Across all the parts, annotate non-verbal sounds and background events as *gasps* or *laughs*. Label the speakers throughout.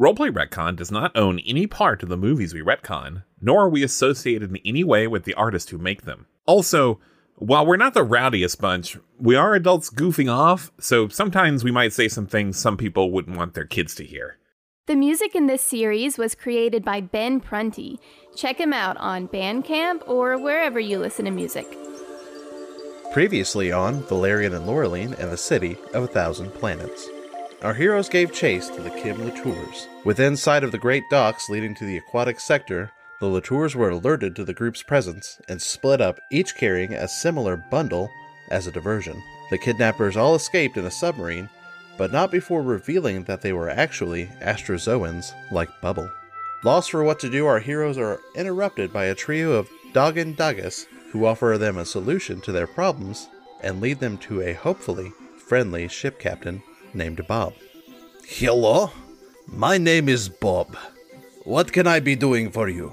Speaker 1: Roleplay Retcon does not own any part of the movies we retcon, nor are we associated in any way with the artists who make them. Also, while we're not the rowdiest bunch, we are adults goofing off, so sometimes we might say some things some people wouldn't want their kids to hear.
Speaker 2: The music in this series was created by Ben Prunty. Check him out on Bandcamp or wherever you listen to music.
Speaker 3: Previously on Valerian and Laureline and the City of a Thousand Planets. Our heroes gave chase to the Kim Latours. Within sight of the great docks leading to the aquatic sector, the Latours were alerted to the group's presence and split up, each carrying a similar bundle as a diversion. The kidnappers all escaped in a submarine, but not before revealing that they were actually astrozoans like Bubble. Lost for what to do, our heroes are interrupted by a trio of Doggin Duggas who offer them a solution to their problems and lead them to a hopefully friendly ship captain named Bob.
Speaker 4: Hello, my name is Bob. What can I be doing for you?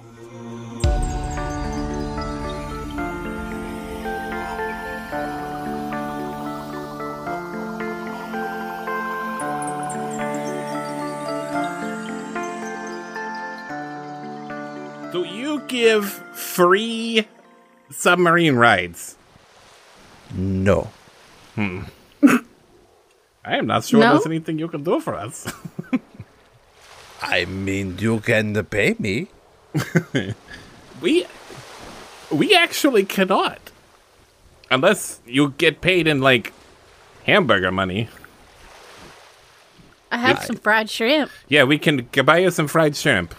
Speaker 1: Do you give free submarine rides?
Speaker 3: No.
Speaker 1: Hmm. I am not sure
Speaker 2: No?
Speaker 1: there's anything you can do for us. *laughs*
Speaker 4: I mean, you can pay me.
Speaker 1: we we actually cannot. Unless you get paid in like hamburger money.
Speaker 5: I have some fried shrimp.
Speaker 1: Yeah, we can g- buy you some fried shrimp.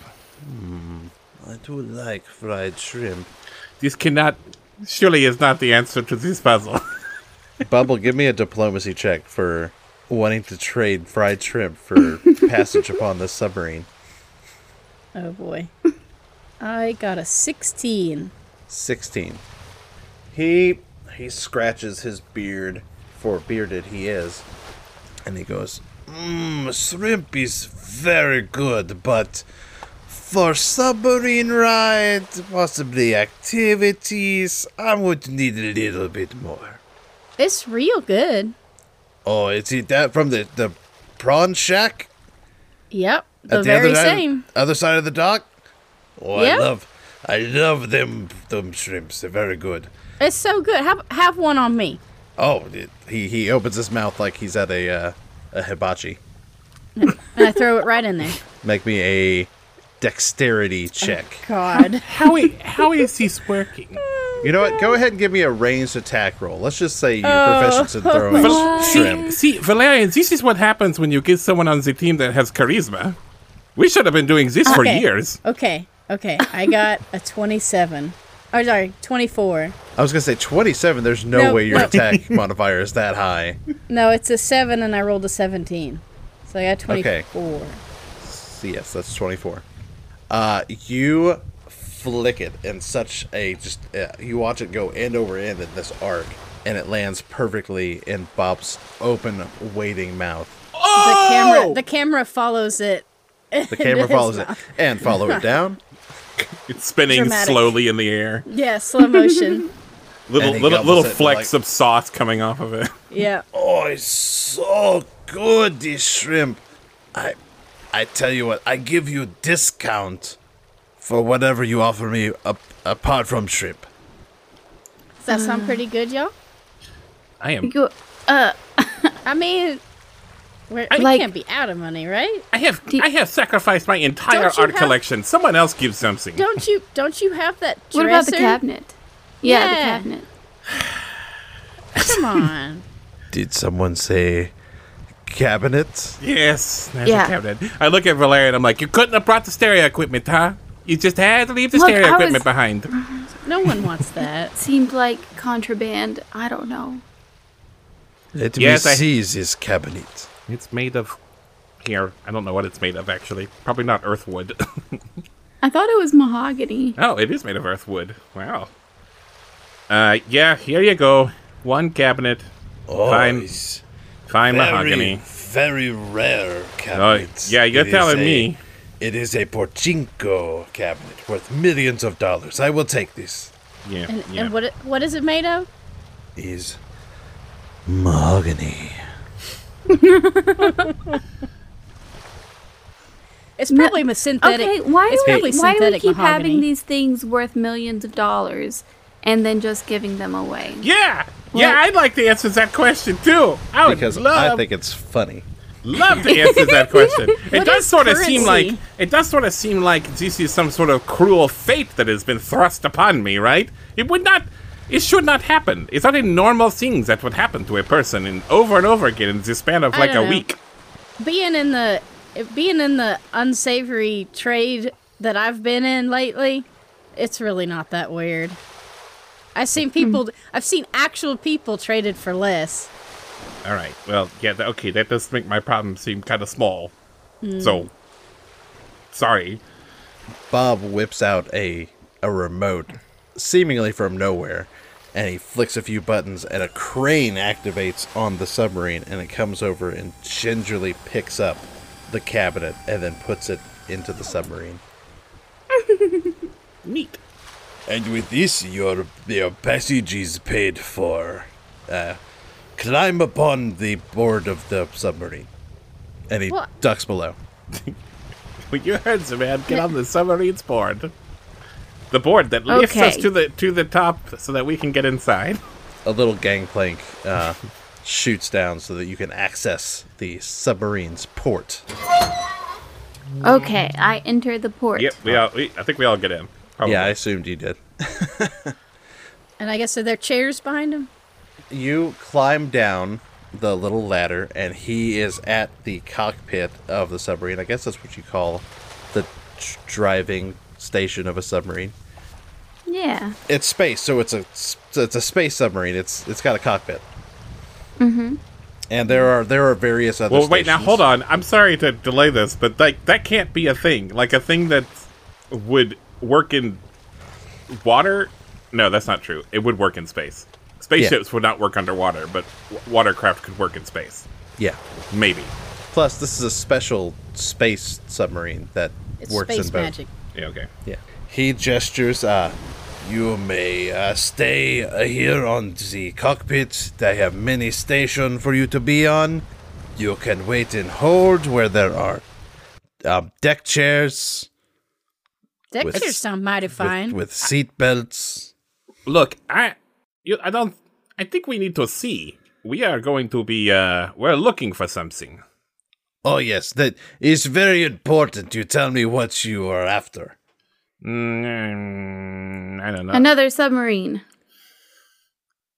Speaker 4: I do like fried
Speaker 3: *laughs*
Speaker 4: shrimp.
Speaker 1: This cannot surely is not the answer to this puzzle. *laughs*
Speaker 3: Bubble, give me a diplomacy check for wanting to trade fried
Speaker 4: *laughs*
Speaker 3: shrimp for passage upon this submarine.
Speaker 5: Oh boy. I got a 16.
Speaker 3: 16. He he scratches his beard, for bearded he is, and he goes,
Speaker 4: Mmm, shrimp is very good, but for submarine ride, possibly activities, I would need a little bit more.
Speaker 5: It's real good.
Speaker 4: Oh, is it that from the, the prawn shack?
Speaker 5: Yep.
Speaker 4: at
Speaker 5: The very
Speaker 4: other side-
Speaker 5: same.
Speaker 4: other side of the dock. Oh,
Speaker 5: Yeah.
Speaker 4: I love, I love them them shrimps. They're very good.
Speaker 5: It's so good. Have have one on me.
Speaker 3: "Oh!" it- He he opens his mouth like he's at a uh, a hibachi.
Speaker 5: And I throw it right in there.
Speaker 3: Make me a dexterity check.
Speaker 5: *laughs* God.
Speaker 1: how i- how is this working?
Speaker 3: You know what? Go ahead and give me a ranged attack roll. Let's just say you're proficient
Speaker 1: *laughs*
Speaker 3: in throwing
Speaker 1: Val- see,
Speaker 3: shrimp.
Speaker 1: see, Valerian, this is what happens when you get someone on the team that has charisma. We should have been doing this for
Speaker 5: Okay.
Speaker 1: years.
Speaker 5: Okay. Okay. I got a 27. Oh, sorry. 24.
Speaker 3: I was gonna say 27. There's no
Speaker 5: No,
Speaker 3: way your
Speaker 5: no.
Speaker 3: attack modifier is that high.
Speaker 5: No, it's a 7 and I rolled a 17. So I got
Speaker 3: Okay.
Speaker 5: 24.
Speaker 3: So yes, that's 24. Uh, you flick it in such a just uh, you watch it go end over end in this arc, and it lands perfectly in Bob's open waiting mouth.
Speaker 5: The camera the camera follows it.
Speaker 4: *laughs*
Speaker 3: The camera
Speaker 5: is
Speaker 3: follows it
Speaker 5: not.
Speaker 3: and follow it down.
Speaker 1: It's spinning
Speaker 5: Dramatic.
Speaker 1: slowly in the air.
Speaker 5: Yeah, slow motion.
Speaker 1: Little
Speaker 3: he
Speaker 1: little,
Speaker 3: gobbles
Speaker 1: little
Speaker 3: it and,
Speaker 1: flecks
Speaker 3: like-
Speaker 1: of sauce coming off of it.
Speaker 5: yeah.
Speaker 4: Oh, it's so good, this shrimp. I, I tell you what, I give you discount for whatever you offer me ap- apart from shrimp.
Speaker 5: Does that sound pretty good, y'all?
Speaker 1: I am
Speaker 5: You, uh, I mean, we're, we
Speaker 2: Like-
Speaker 5: can't be out of money, right?
Speaker 1: I have I have sacrificed my entire
Speaker 5: Don't you
Speaker 1: art
Speaker 5: have-
Speaker 1: collection. Someone else give something.
Speaker 5: Don't you? Don't you have
Speaker 6: *laughs*
Speaker 5: that dresser?
Speaker 2: What about the cabinet? Yeah, the
Speaker 5: Yeah.
Speaker 2: cabinet.
Speaker 5: Come on.
Speaker 4: Did someone say cabinet?
Speaker 1: Yes, there's
Speaker 2: Yeah.
Speaker 1: a cabinet. I look at Valeria and I'm like, you couldn't have brought the stereo equipment, huh? You just had to leave the
Speaker 2: Look,
Speaker 1: stereo
Speaker 2: I was-
Speaker 1: equipment behind.
Speaker 5: No one wants that.
Speaker 2: Seemed like contraband. I don't know.
Speaker 4: Let
Speaker 1: Yes,
Speaker 4: me
Speaker 1: I-
Speaker 4: see this cabinet.
Speaker 1: It's made of here. I don't know what it's made of, actually. Probably not earthwood.
Speaker 6: *laughs*
Speaker 1: *laughs*
Speaker 6: I thought it was mahogany.
Speaker 1: oh, it is made of earthwood. Wow. Uh, yeah, here you go. One cabinet.
Speaker 4: Oh,
Speaker 1: Fine.
Speaker 4: it's
Speaker 1: Fine
Speaker 4: very,
Speaker 1: mahogany.
Speaker 4: Very rare
Speaker 1: Oh,
Speaker 4: cabinet.
Speaker 1: yeah, you're
Speaker 4: It is
Speaker 1: telling
Speaker 4: a-
Speaker 1: me.
Speaker 4: It is a Porchinko cabinet worth millions of dollars. I will take this.
Speaker 1: Yeah,
Speaker 5: And,
Speaker 1: yeah.
Speaker 5: and what it- what is it made of?
Speaker 4: Is mahogany.
Speaker 5: It's probably ma- synthetic.
Speaker 6: Okay, why
Speaker 5: it's
Speaker 6: do we,
Speaker 5: probably
Speaker 6: why do we
Speaker 5: synthetic
Speaker 6: keep
Speaker 5: mahogany.
Speaker 6: having these things worth millions of dollars and then just giving them away?
Speaker 1: yeah, yeah, I'd like to answer that question too. I would
Speaker 3: because
Speaker 1: love,
Speaker 3: I think it's funny.
Speaker 1: love to answer that question. It
Speaker 5: What
Speaker 1: does
Speaker 5: is
Speaker 1: sort of seem like
Speaker 5: currency?
Speaker 1: it does sort of seem like this is some sort of cruel fate that has been thrust upon me. Right? It would not. It should not happen. It's not a normal thing that would happen to a person, and over and over again in the span of
Speaker 5: I
Speaker 1: like a
Speaker 5: don't know.
Speaker 1: week.
Speaker 5: being in the being in the unsavory trade that I've been in lately, it's really not that weird. I've
Speaker 6: Hmm.
Speaker 5: seen people. I've seen actual people traded for less.
Speaker 1: All right. Well, yeah. That, okay, that does make my problem seem kind of small. So, sorry.
Speaker 3: Bob whips out a a remote, seemingly from nowhere, and he flicks a few buttons, and a crane activates on the submarine, and it comes over and gingerly picks up the cabinet and then puts it into the submarine.
Speaker 1: Neat.
Speaker 4: And with this, your your passage is paid for. Uh, climb upon the board of the submarine.
Speaker 3: And he
Speaker 5: What?
Speaker 3: ducks below.
Speaker 1: Well, you heard the man. Get on the submarine's board. The board that lifts us
Speaker 6: Okay.
Speaker 1: to the to the top so that we can get inside.
Speaker 3: A little gangplank uh, shoots down so that you can access the submarine's port.
Speaker 6: Okay, I enter the port.
Speaker 1: Yep. We all. We, I think we all get in. Probably.
Speaker 3: Yeah, I assumed you did.
Speaker 5: And I guess are there chairs behind them?
Speaker 3: you climb down the little ladder and he is at the cockpit of the submarine i guess that's what you call the tr- driving station of a submarine
Speaker 6: Yeah.
Speaker 3: it's space so it's a s- it's a space submarine it's it's got a cockpit mm-hmm. and there are there are various other
Speaker 1: well, wait. Now,
Speaker 3: stations.
Speaker 1: hold on. I'm sorry to delay this, but like that can't be a thing. Like a thing that would work in water. No, that's not true. It would work in space. Spaceships would not work underwater, but w- watercraft could work in space.
Speaker 3: yeah
Speaker 1: Maybe.
Speaker 3: plus this is a special space submarine that
Speaker 5: It's
Speaker 3: works
Speaker 5: space
Speaker 3: in both
Speaker 5: magic.
Speaker 1: Yeah. Okay.
Speaker 3: yeah
Speaker 4: He gestures, uh, you may uh, stay uh, here on the cockpit. They have many stations for you to be on. You can wait in hold where there are um, deck chairs
Speaker 5: Deck
Speaker 3: With-
Speaker 5: chairs sound mighty fine.
Speaker 4: with, with seat belts.
Speaker 1: Look, I, you, I don't. I think we need to see. We are going to be. uh We're looking for something.
Speaker 4: Oh, yes, that is very important. You tell me what you are after.
Speaker 1: Mm, I don't know. *laughs*
Speaker 6: Another submarine.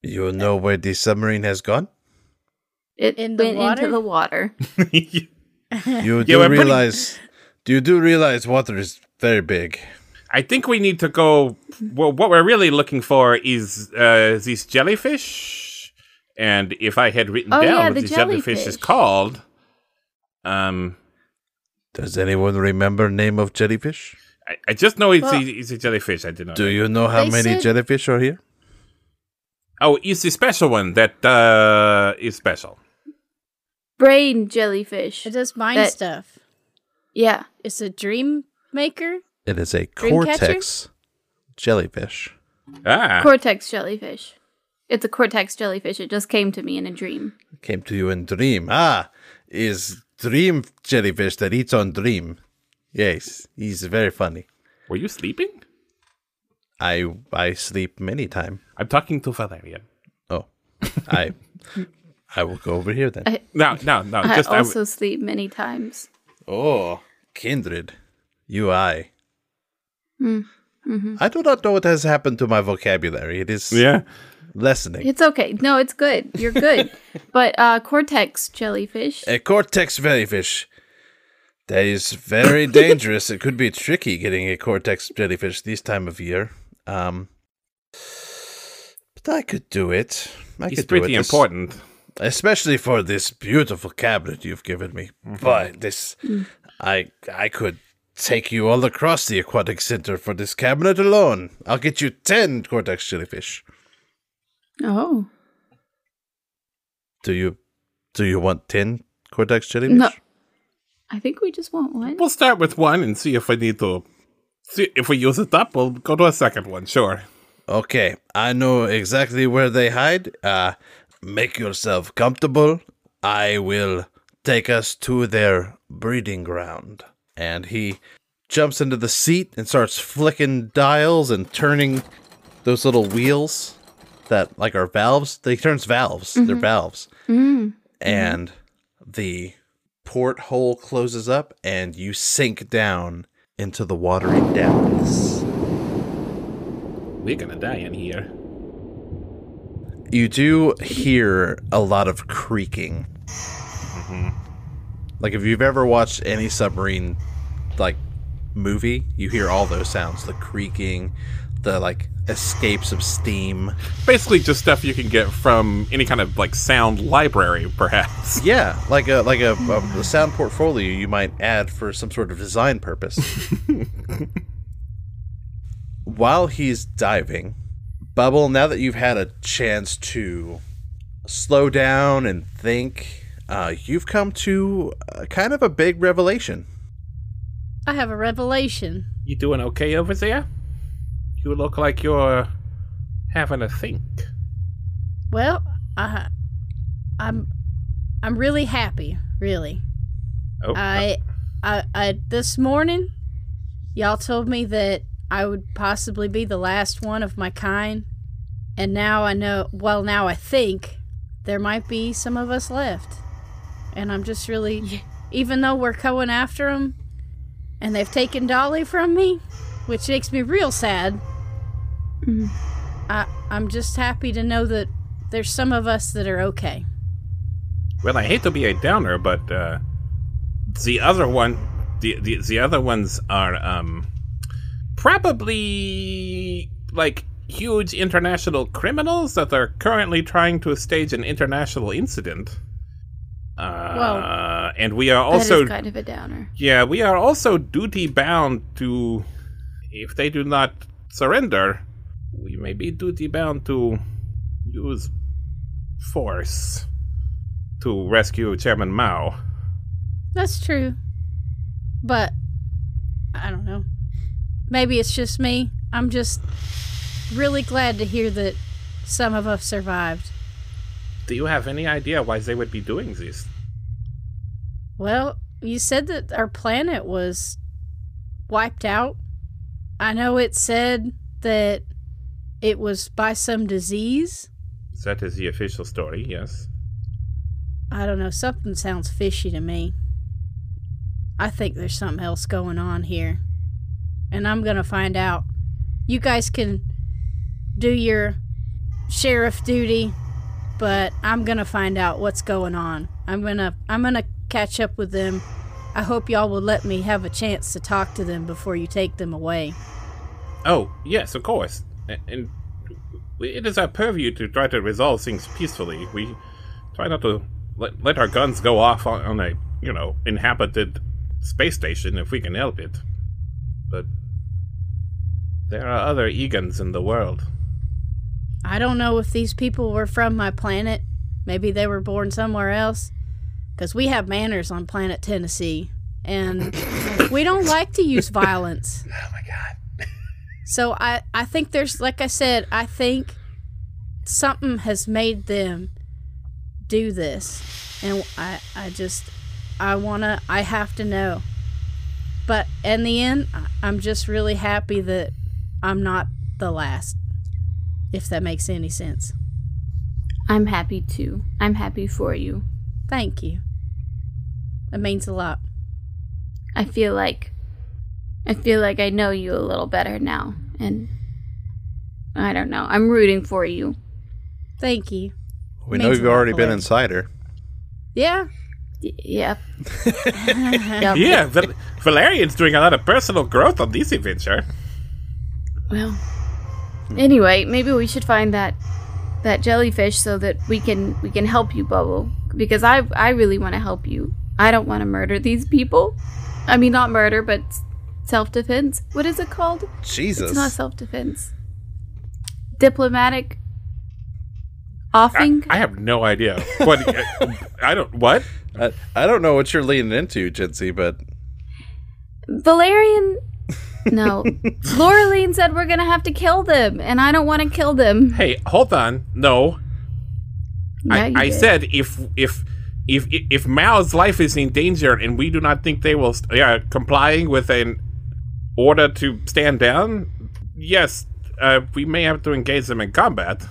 Speaker 4: You know where the submarine has gone?
Speaker 6: It
Speaker 5: In the
Speaker 6: went
Speaker 5: water?
Speaker 6: into the water.
Speaker 1: *laughs*
Speaker 4: You
Speaker 1: we're
Speaker 4: do
Speaker 1: pretty-
Speaker 4: realize. You do realize water is very big.
Speaker 1: I think we need to go. Well, what we're really looking for is uh these jellyfish. And if I had written
Speaker 6: Oh,
Speaker 1: down
Speaker 6: yeah,
Speaker 1: what
Speaker 6: the
Speaker 1: these jellyfish is
Speaker 6: jellyfish.
Speaker 1: called, um,
Speaker 4: Does anyone remember name of jellyfish?
Speaker 1: I, I just know it's,
Speaker 5: Well-
Speaker 1: a, it's a jellyfish. I did not.
Speaker 4: Do you know how
Speaker 5: They
Speaker 4: many
Speaker 5: said-
Speaker 4: jellyfish are here?
Speaker 1: Oh, it's a special one that uh is special.
Speaker 6: Brain jellyfish.
Speaker 5: it does mind
Speaker 6: That-
Speaker 5: stuff.
Speaker 6: Yeah.
Speaker 5: It's a dream maker.
Speaker 3: it is a
Speaker 5: Dreamcatcher?
Speaker 3: cortex jellyfish
Speaker 1: Ah,
Speaker 6: Cortex jellyfish. It's a cortex jellyfish. It just came to me in a dream.
Speaker 3: came to you in dream ah is dream jellyfish that eats on dream yes he's very funny
Speaker 1: were you sleeping?
Speaker 3: I I sleep many time.
Speaker 1: I'm talking to Valeria.
Speaker 3: Oh, I I will go over here then.
Speaker 6: I-
Speaker 1: No, no, no.
Speaker 6: I
Speaker 1: Oh, just I w-
Speaker 6: also sleep many times.
Speaker 3: oh, kindred, you I. I do not know what has happened to my vocabulary. It is
Speaker 1: yeah.
Speaker 3: lessening.
Speaker 6: It's okay. No, it's good. You're
Speaker 1: *laughs*
Speaker 6: good. but uh, cortex jellyfish.
Speaker 4: A cortex jellyfish. That is
Speaker 1: *laughs*
Speaker 4: very dangerous. It could be tricky getting a cortex jellyfish this time of year. Um, but I could do it. I
Speaker 1: It's
Speaker 4: could
Speaker 1: pretty
Speaker 4: do it. This-
Speaker 1: important.
Speaker 3: especially for this beautiful cabinet you've given me. Boy, this I I could take you all across the aquatic center for this cabinet alone. I'll get you ten Cortex jellyfish.
Speaker 6: Oh.
Speaker 3: Do you do you want ten Cortex jellyfish?
Speaker 6: No. I think we just want one.
Speaker 1: We'll start with one and see if we need to. See if we use it up, we'll go to a second one. Sure.
Speaker 3: Okay, I know exactly where they hide. Uh, make yourself comfortable. I will take us to their breeding ground. And he jumps into the seat and starts flicking dials and turning those little wheels that, like, are valves. They turns valves. They're valves. And the porthole closes up, and you sink down into the watery depths.
Speaker 1: We're gonna die in here.
Speaker 3: You do hear a lot of creaking. Like if you've ever watched any submarine like movie, you hear all those sounds, the creaking, the like escapes of steam.
Speaker 1: Basically, just stuff you can get from any kind of like sound library, *laughs* perhaps.
Speaker 3: Yeah, like a like a,
Speaker 6: Hmm.
Speaker 3: a, a sound portfolio you might add for some sort of
Speaker 6: *laughs*
Speaker 3: design purpose. While he's diving, Bubble, now that you've had a chance to slow down and think, uh, you've come to uh, kind of a big revelation.
Speaker 5: I have a revelation.
Speaker 1: You doing okay over there? You look like you're having a think.
Speaker 5: Well, I, I'm, I'm really happy. Really,
Speaker 1: Oh,
Speaker 5: I, I, I this morning, y'all told me that I would possibly be the last one of my kind, and now I know. Well, now I think there might be some of us left, and I'm just really, even though we're going after them, and they've taken Dolly from me, which makes me real sad. I, I'm just happy to know that there's some of us that are okay.
Speaker 1: Well, I hate to be a downer, but uh, the other one, the, the the other ones are um probably like huge international criminals that are currently trying to stage an international incident. Uh,
Speaker 5: Well-
Speaker 1: and we are
Speaker 6: that
Speaker 1: also
Speaker 6: is kind of a downer.
Speaker 1: yeah, we are also duty bound to if they do not surrender, we may be duty bound to use force to rescue Chairman Mao.
Speaker 5: That's true. But I don't know. Maybe it's just me. I'm just really glad to hear that some of us survived.
Speaker 1: Do you have any idea why they would be doing this?
Speaker 5: Well, you said that our planet was wiped out. I know it said that it was by some disease.
Speaker 1: That is the official story, yes.
Speaker 5: I don't know. Something sounds fishy to me. I think there's something else going on here. And I'm going to find out. You guys can do your sheriff duty, but I'm going to find out what's going on. I'm going to I'm going to catch up with them. I hope y'all will let me have a chance to talk to them before you take them away.
Speaker 1: Oh, yes, of course. A- And it is our purview to try to resolve things peacefully. We try not to let, let our guns go off on, on a, you know, inhabited space station if we can help it. But there are other Egans in the world.
Speaker 5: I don't know if these people were from my planet. Maybe they were born somewhere else. Because we have manners on planet Tennessee. *coughs* And we don't like to use violence. *laughs* Oh my God. So I, I think there's, like I said, I think something has made them do this. And I, I just, I want to, I have to know. But in the end, I- I'm just really happy that I'm not the last if that makes any sense.
Speaker 6: I'm happy too. I'm happy for you.
Speaker 5: Thank you. It means a lot.
Speaker 6: I feel like I feel like I know you a little better now and I don't know. I'm rooting for you.
Speaker 5: Thank you.
Speaker 7: We
Speaker 5: Means
Speaker 7: know
Speaker 5: a
Speaker 7: you've
Speaker 5: lot,
Speaker 7: already been
Speaker 5: Valerian.
Speaker 7: inside her.
Speaker 5: Yeah.
Speaker 6: Y- yep.
Speaker 1: *laughs* Yeah, Val- Valerian's doing a lot of personal growth on this adventure. Hmm.
Speaker 6: Well. Anyway, maybe we should find that that jellyfish so that we can we can help you, Bubble. Because I I really want to help you. I don't want to murder these people. I mean, not murder, but self defense. What is it called?
Speaker 3: Jesus.
Speaker 6: It's not self defense. Diplomatic offing.
Speaker 1: I have no idea. *laughs* What? uh, I don't. What?
Speaker 3: I, I don't know what you're leaning into, Jitsi, but
Speaker 1: *laughs*
Speaker 6: Valerian. No, Laureline said we're gonna have to kill them, and I don't want to kill them.
Speaker 1: Hey, hold on. No,
Speaker 6: Yeah,
Speaker 1: I,
Speaker 6: you
Speaker 1: I
Speaker 6: did.
Speaker 1: said if if if if Mao's life is in danger and we do not think they will st- yeah complying with an order to stand down, yes, uh, we may have to engage them in combat.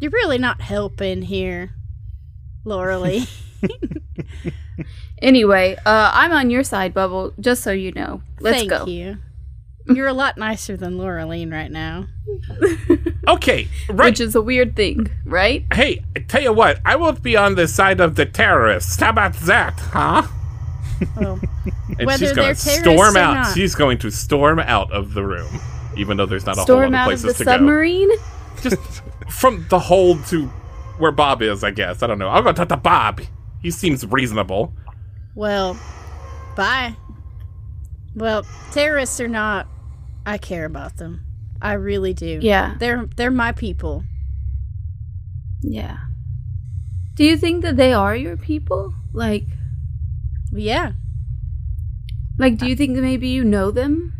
Speaker 5: You're really not helping here, Laura
Speaker 6: Anyway, uh, I'm on your side, Bubble. Just so you know. *laughs* Let's
Speaker 5: Thank
Speaker 6: go.
Speaker 5: you. You're a lot nicer than Laura right now.
Speaker 1: Okay, right.
Speaker 6: Which is a weird thing, right?
Speaker 1: hey, I tell you what, I will be on the side of the terrorists. How about that, huh?
Speaker 6: Oh.
Speaker 5: *laughs* Well,
Speaker 1: And
Speaker 5: Whether
Speaker 1: she's going
Speaker 5: they're
Speaker 1: to
Speaker 5: terrorists
Speaker 1: storm
Speaker 5: or
Speaker 1: out.
Speaker 5: not.
Speaker 1: She's going to storm out of the room, even though there's not a whole
Speaker 6: Storm
Speaker 1: lot
Speaker 6: out
Speaker 1: of
Speaker 6: of
Speaker 1: places
Speaker 6: the
Speaker 1: to
Speaker 6: submarine.
Speaker 1: go. Just from the hold to where Bob is, I guess. I don't know. I'll go talk to Bob. He seems reasonable. *laughs*
Speaker 5: well, bye. Well, terrorists or not, I care about them. I really do.
Speaker 6: Yeah.
Speaker 5: They're they're my people.
Speaker 6: Yeah. Do you think that they are your people? Like,
Speaker 5: Yeah.
Speaker 6: like, do you think that maybe you know them?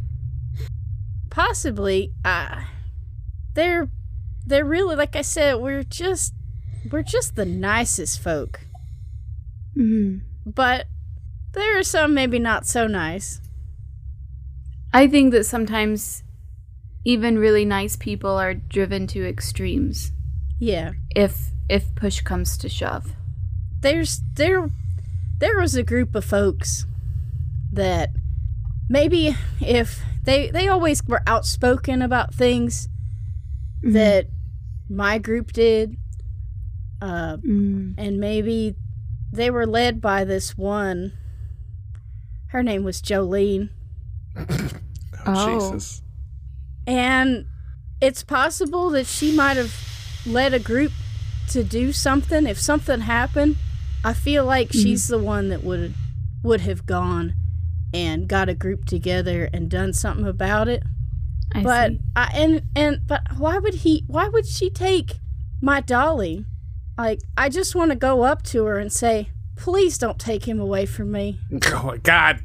Speaker 5: possibly uh they're they're really like i said we're just we're just the nicest folk
Speaker 6: Mm-hmm.
Speaker 5: but there are some maybe not so nice
Speaker 6: I think that sometimes even really nice people are driven to extremes.
Speaker 5: yeah
Speaker 6: If if push comes to shove.
Speaker 5: there's there there was a group of folks that maybe if they they always were outspoken about things that my group did uh
Speaker 6: Mm.
Speaker 5: and maybe they were led by this one. Her name was Jolene,
Speaker 6: Oh.
Speaker 3: Jesus.
Speaker 5: and it's possible that she might have led a group to do something. If something happened, I feel like
Speaker 6: Mm-hmm.
Speaker 5: she's the one that would would have gone and got a group together and done something about it.
Speaker 6: Oh, I
Speaker 5: but
Speaker 6: see.
Speaker 5: I and and but why would he? Why would she take my dolly? Like I just want to go up to her and say, "Please don't take him away from me.
Speaker 1: Oh my god.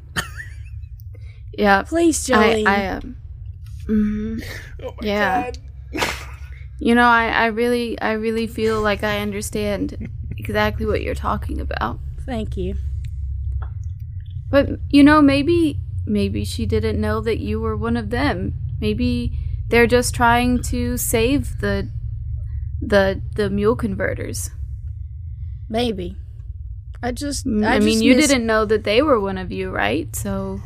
Speaker 6: yeah.
Speaker 5: Please,
Speaker 6: I,
Speaker 5: Jolene."
Speaker 6: I um, mhm.
Speaker 5: Oh
Speaker 6: yeah. *laughs* you know, I, I really, I really feel like I understand exactly what you're talking about.
Speaker 5: Thank you.
Speaker 6: But you know, maybe, maybe she didn't know that you were one of them. Maybe they're just trying to save the, the, the mule converters.
Speaker 5: Maybe. I just.
Speaker 6: Mm, I,
Speaker 5: just
Speaker 6: mean, you
Speaker 5: miss-
Speaker 6: didn't know that they were one of you, right? So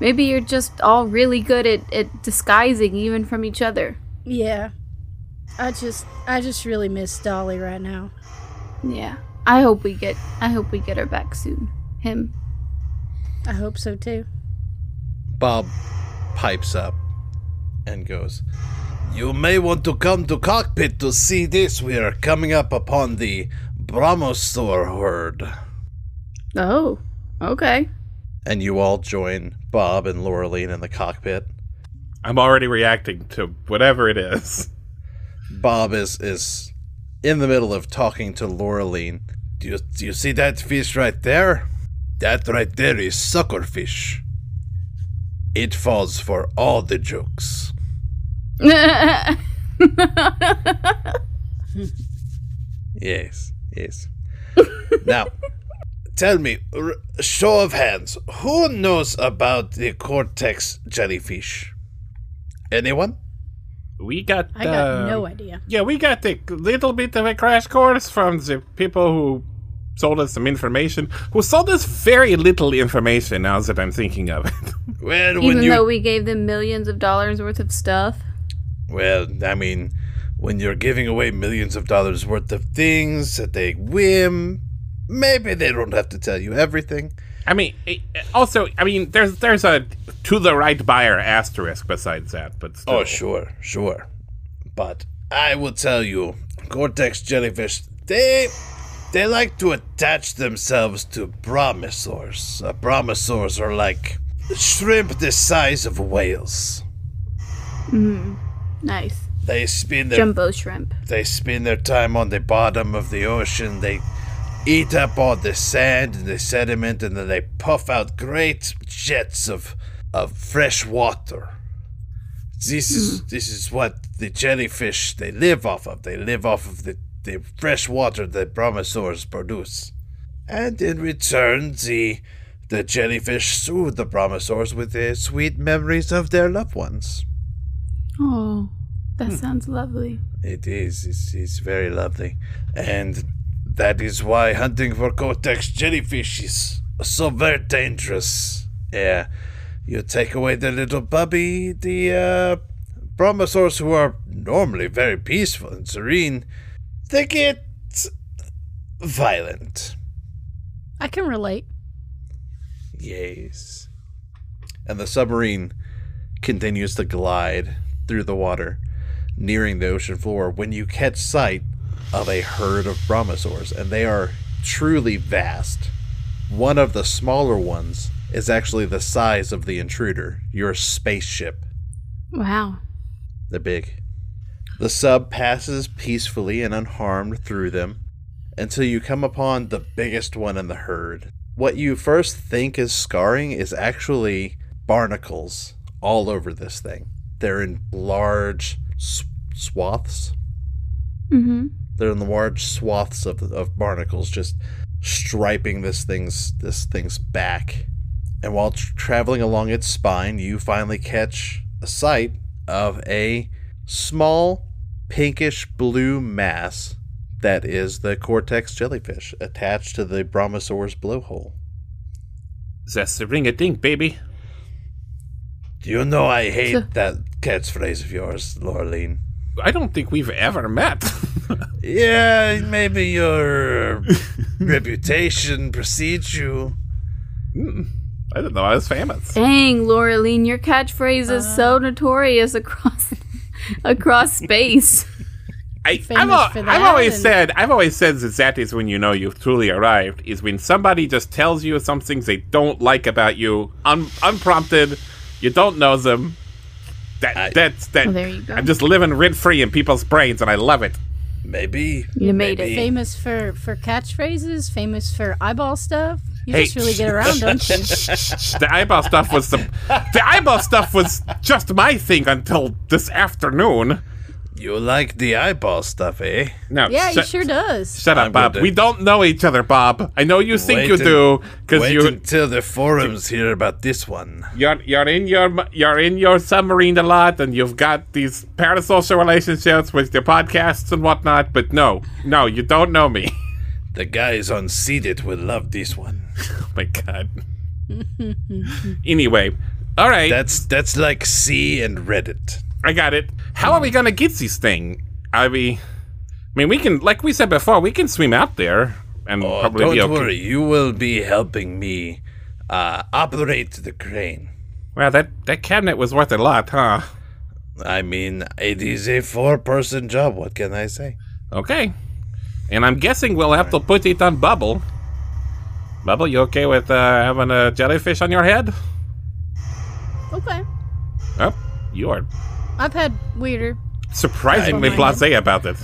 Speaker 6: maybe you're just all really good at, at disguising even from each other.
Speaker 5: Yeah. I just. I just really miss Dolly right now.
Speaker 6: Yeah. I hope we get I hope we get her back soon. Him.
Speaker 5: I hope so too.
Speaker 3: Bob pipes up and goes,
Speaker 4: You may want to come to cockpit to see this. We are coming up upon the Bramosaur herd.
Speaker 6: Oh. Okay.
Speaker 3: and you all join Bob and Laureline in the cockpit.
Speaker 1: I'm already reacting to whatever it is.
Speaker 3: Bob is is in the middle of talking to Laureline.
Speaker 4: Do you, do you see that fish right there? That right there is suckerfish. It falls for all the
Speaker 6: *laughs*
Speaker 4: jokes.
Speaker 3: Yes, yes.
Speaker 4: *laughs* Now, tell me, r- show of hands, who knows about the cortex jellyfish? Anyone?
Speaker 1: We got
Speaker 5: I got
Speaker 1: uh,
Speaker 5: no idea.
Speaker 1: Yeah, we got a little bit of a crash course from the people who sold us some information. Who sold us very little information now that I'm thinking of it. *laughs*
Speaker 4: Well,
Speaker 6: even
Speaker 4: when you
Speaker 6: though we gave them millions of dollars worth of stuff.
Speaker 4: Well, I mean, when you're giving away millions of dollars worth of things at a whim, maybe they don't have to tell you everything.
Speaker 1: I mean, it- uh, also, I mean, there's there's a to the right buyer Oh, asterisk besides that, but still.
Speaker 4: Oh, sure, sure. But I will tell you,
Speaker 3: cortex jellyfish, they they like to attach themselves to bromosaurs. Uh, bromosaurs are like shrimp the size of whales.
Speaker 6: Nice.
Speaker 3: They spend their
Speaker 6: Jumbo shrimp.
Speaker 3: They spend their time on the bottom of the ocean. They eat up all the sand and the sediment, and then they puff out great jets of of fresh water. This is this is what the jellyfish they live off of. They live off of the, the fresh water that bromosaurs produce. And in return the the jellyfish soothe the bromosaurs with the sweet memories of their loved ones.
Speaker 6: Oh, that
Speaker 4: Hmm.
Speaker 6: sounds lovely.
Speaker 3: It is. It's, it's very lovely. And that is why hunting for cortex jellyfish is so very dangerous. Yeah. You take away the little puppy, the uh, bromosaurs, who are normally very peaceful and serene, they get violent.
Speaker 5: I can relate.
Speaker 8: Yes. And the submarine continues to glide through the water, nearing the ocean floor when you catch sight of a herd of bromosaurs, and they are truly vast. One of the smaller ones is actually the size of the intruder, your spaceship.
Speaker 6: Wow.
Speaker 8: They're big. The sub passes peacefully and unharmed through them until you come upon the biggest one in the herd. What you first think is scarring is actually barnacles all over this thing. They're in large s- swaths.
Speaker 6: Mm-hmm.
Speaker 8: They're in large swaths of, of barnacles, just striping this thing's this thing's back. And while tr- traveling along its spine, you finally catch a sight of a small pinkish blue mass that is the cortex jellyfish attached to the bromosaur's blowhole.
Speaker 1: That's the ring a dink, baby.
Speaker 3: You know I
Speaker 6: *laughs*
Speaker 3: hate
Speaker 6: So-
Speaker 3: that catchphrase of yours, Lorleen.
Speaker 1: I don't think we've ever met. *laughs*
Speaker 3: Yeah,
Speaker 6: *laughs*
Speaker 3: maybe your reputation precedes you.
Speaker 1: I didn't know I was famous.
Speaker 6: Dang, Laureline, your catchphrase is so notorious across *laughs* across space.
Speaker 1: I,
Speaker 5: Famous
Speaker 1: I've, al-
Speaker 5: for
Speaker 1: I've
Speaker 5: that,
Speaker 1: always
Speaker 5: and-
Speaker 1: said I've always said that that is when you know you've truly arrived is when somebody just tells you some things they don't like about you un- unprompted, you don't know them. That that's that.
Speaker 5: Oh,
Speaker 6: Well, there you go.
Speaker 1: I'm just living rent free in people's brains and I love
Speaker 5: *laughs*
Speaker 1: it.
Speaker 3: Maybe.
Speaker 6: You made it.
Speaker 3: maybe.
Speaker 5: Famous for for catchphrases, famous for eyeball stuff. You
Speaker 1: Hey.
Speaker 5: just really get around, don't
Speaker 1: *laughs*
Speaker 5: you?
Speaker 1: The eyeball stuff was the the eyeball stuff was just my thing until this afternoon.
Speaker 3: You like the eyeball stuff, eh?
Speaker 1: No,
Speaker 5: Yeah, he
Speaker 1: shut-
Speaker 5: sure does.
Speaker 1: Shut up,
Speaker 3: I'm
Speaker 1: Bob.
Speaker 3: gonna-
Speaker 1: We don't know each other, Bob. I know you think
Speaker 3: Wait
Speaker 1: you
Speaker 3: and-
Speaker 1: do because
Speaker 3: Wait
Speaker 1: you
Speaker 3: until the forums hear about this one.
Speaker 1: you're you're in your you're in your submarine a lot, and you've got these parasocial relationships with your podcasts and whatnot. But no, no, you don't know me. *laughs*
Speaker 3: The guys on Seeded will love this one.
Speaker 1: oh my god. anyway, all right,
Speaker 3: That's that's like C and Reddit.
Speaker 1: I got it. How are we gonna get this thing? I mean, I mean, we can, like we said before, we can swim out there and
Speaker 3: Oh,
Speaker 1: probably
Speaker 3: don't
Speaker 1: be okay.
Speaker 3: worry, you will be helping me uh, operate the crane.
Speaker 1: Wow, that that cabinet was worth a lot, huh?
Speaker 3: I mean, it is a four-person job. What can I say?
Speaker 1: Okay. And I'm guessing we'll have to put it on Bubble. Bubble, you okay with uh, having a jellyfish on your head?
Speaker 5: Okay.
Speaker 1: Oh, you are
Speaker 5: I've had weirder.
Speaker 1: surprisingly
Speaker 5: I don't mind
Speaker 1: blasé about it.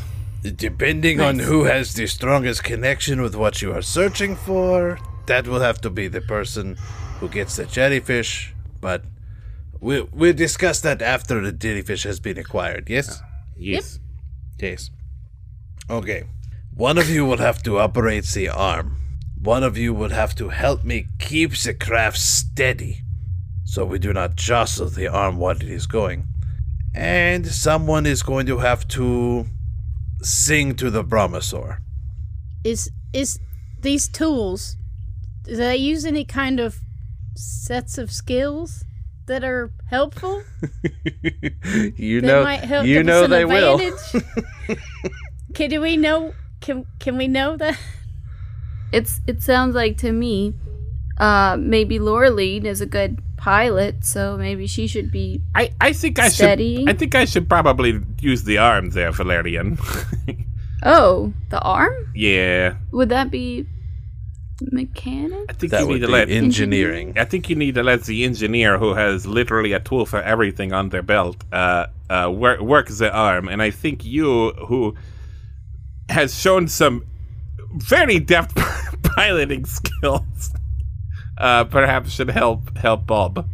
Speaker 3: Depending on who has the strongest connection with what you are searching for, that will have to be the person who gets the jellyfish. But we'll, we'll discuss that after the jellyfish has been acquired, yes?
Speaker 1: Yes.
Speaker 3: Yes. Okay. One of you will have to operate the arm. One of you will have to help me keep the craft steady so we do not jostle the arm while it is going. And someone is going to have to sing to the bromosaur.
Speaker 5: Is is these tools? Do they use any kind of sets of skills that are helpful?
Speaker 8: You
Speaker 5: That
Speaker 8: know,
Speaker 5: might help.
Speaker 8: you
Speaker 5: give us
Speaker 8: know
Speaker 5: an
Speaker 8: they will.
Speaker 5: advantage? can do we know? Can can we know that?
Speaker 6: It's it sounds like to me, uh, maybe Laureline is a good pilot, so maybe she should be.
Speaker 1: I, I think I
Speaker 6: Steady.
Speaker 1: should I think I should probably use the arm there, Valerian.
Speaker 6: Oh, the arm?
Speaker 1: *laughs* Yeah,
Speaker 6: Would that be mechanic?
Speaker 1: I think
Speaker 9: That
Speaker 1: you
Speaker 9: would
Speaker 1: need
Speaker 9: be
Speaker 1: to let.
Speaker 9: engineering.
Speaker 1: I think you need to let the engineer who has literally a tool for everything on their belt uh, uh, work, work the arm. And I think you, who has shown some very deft *laughs* piloting skills, uh, perhaps should help help Bob.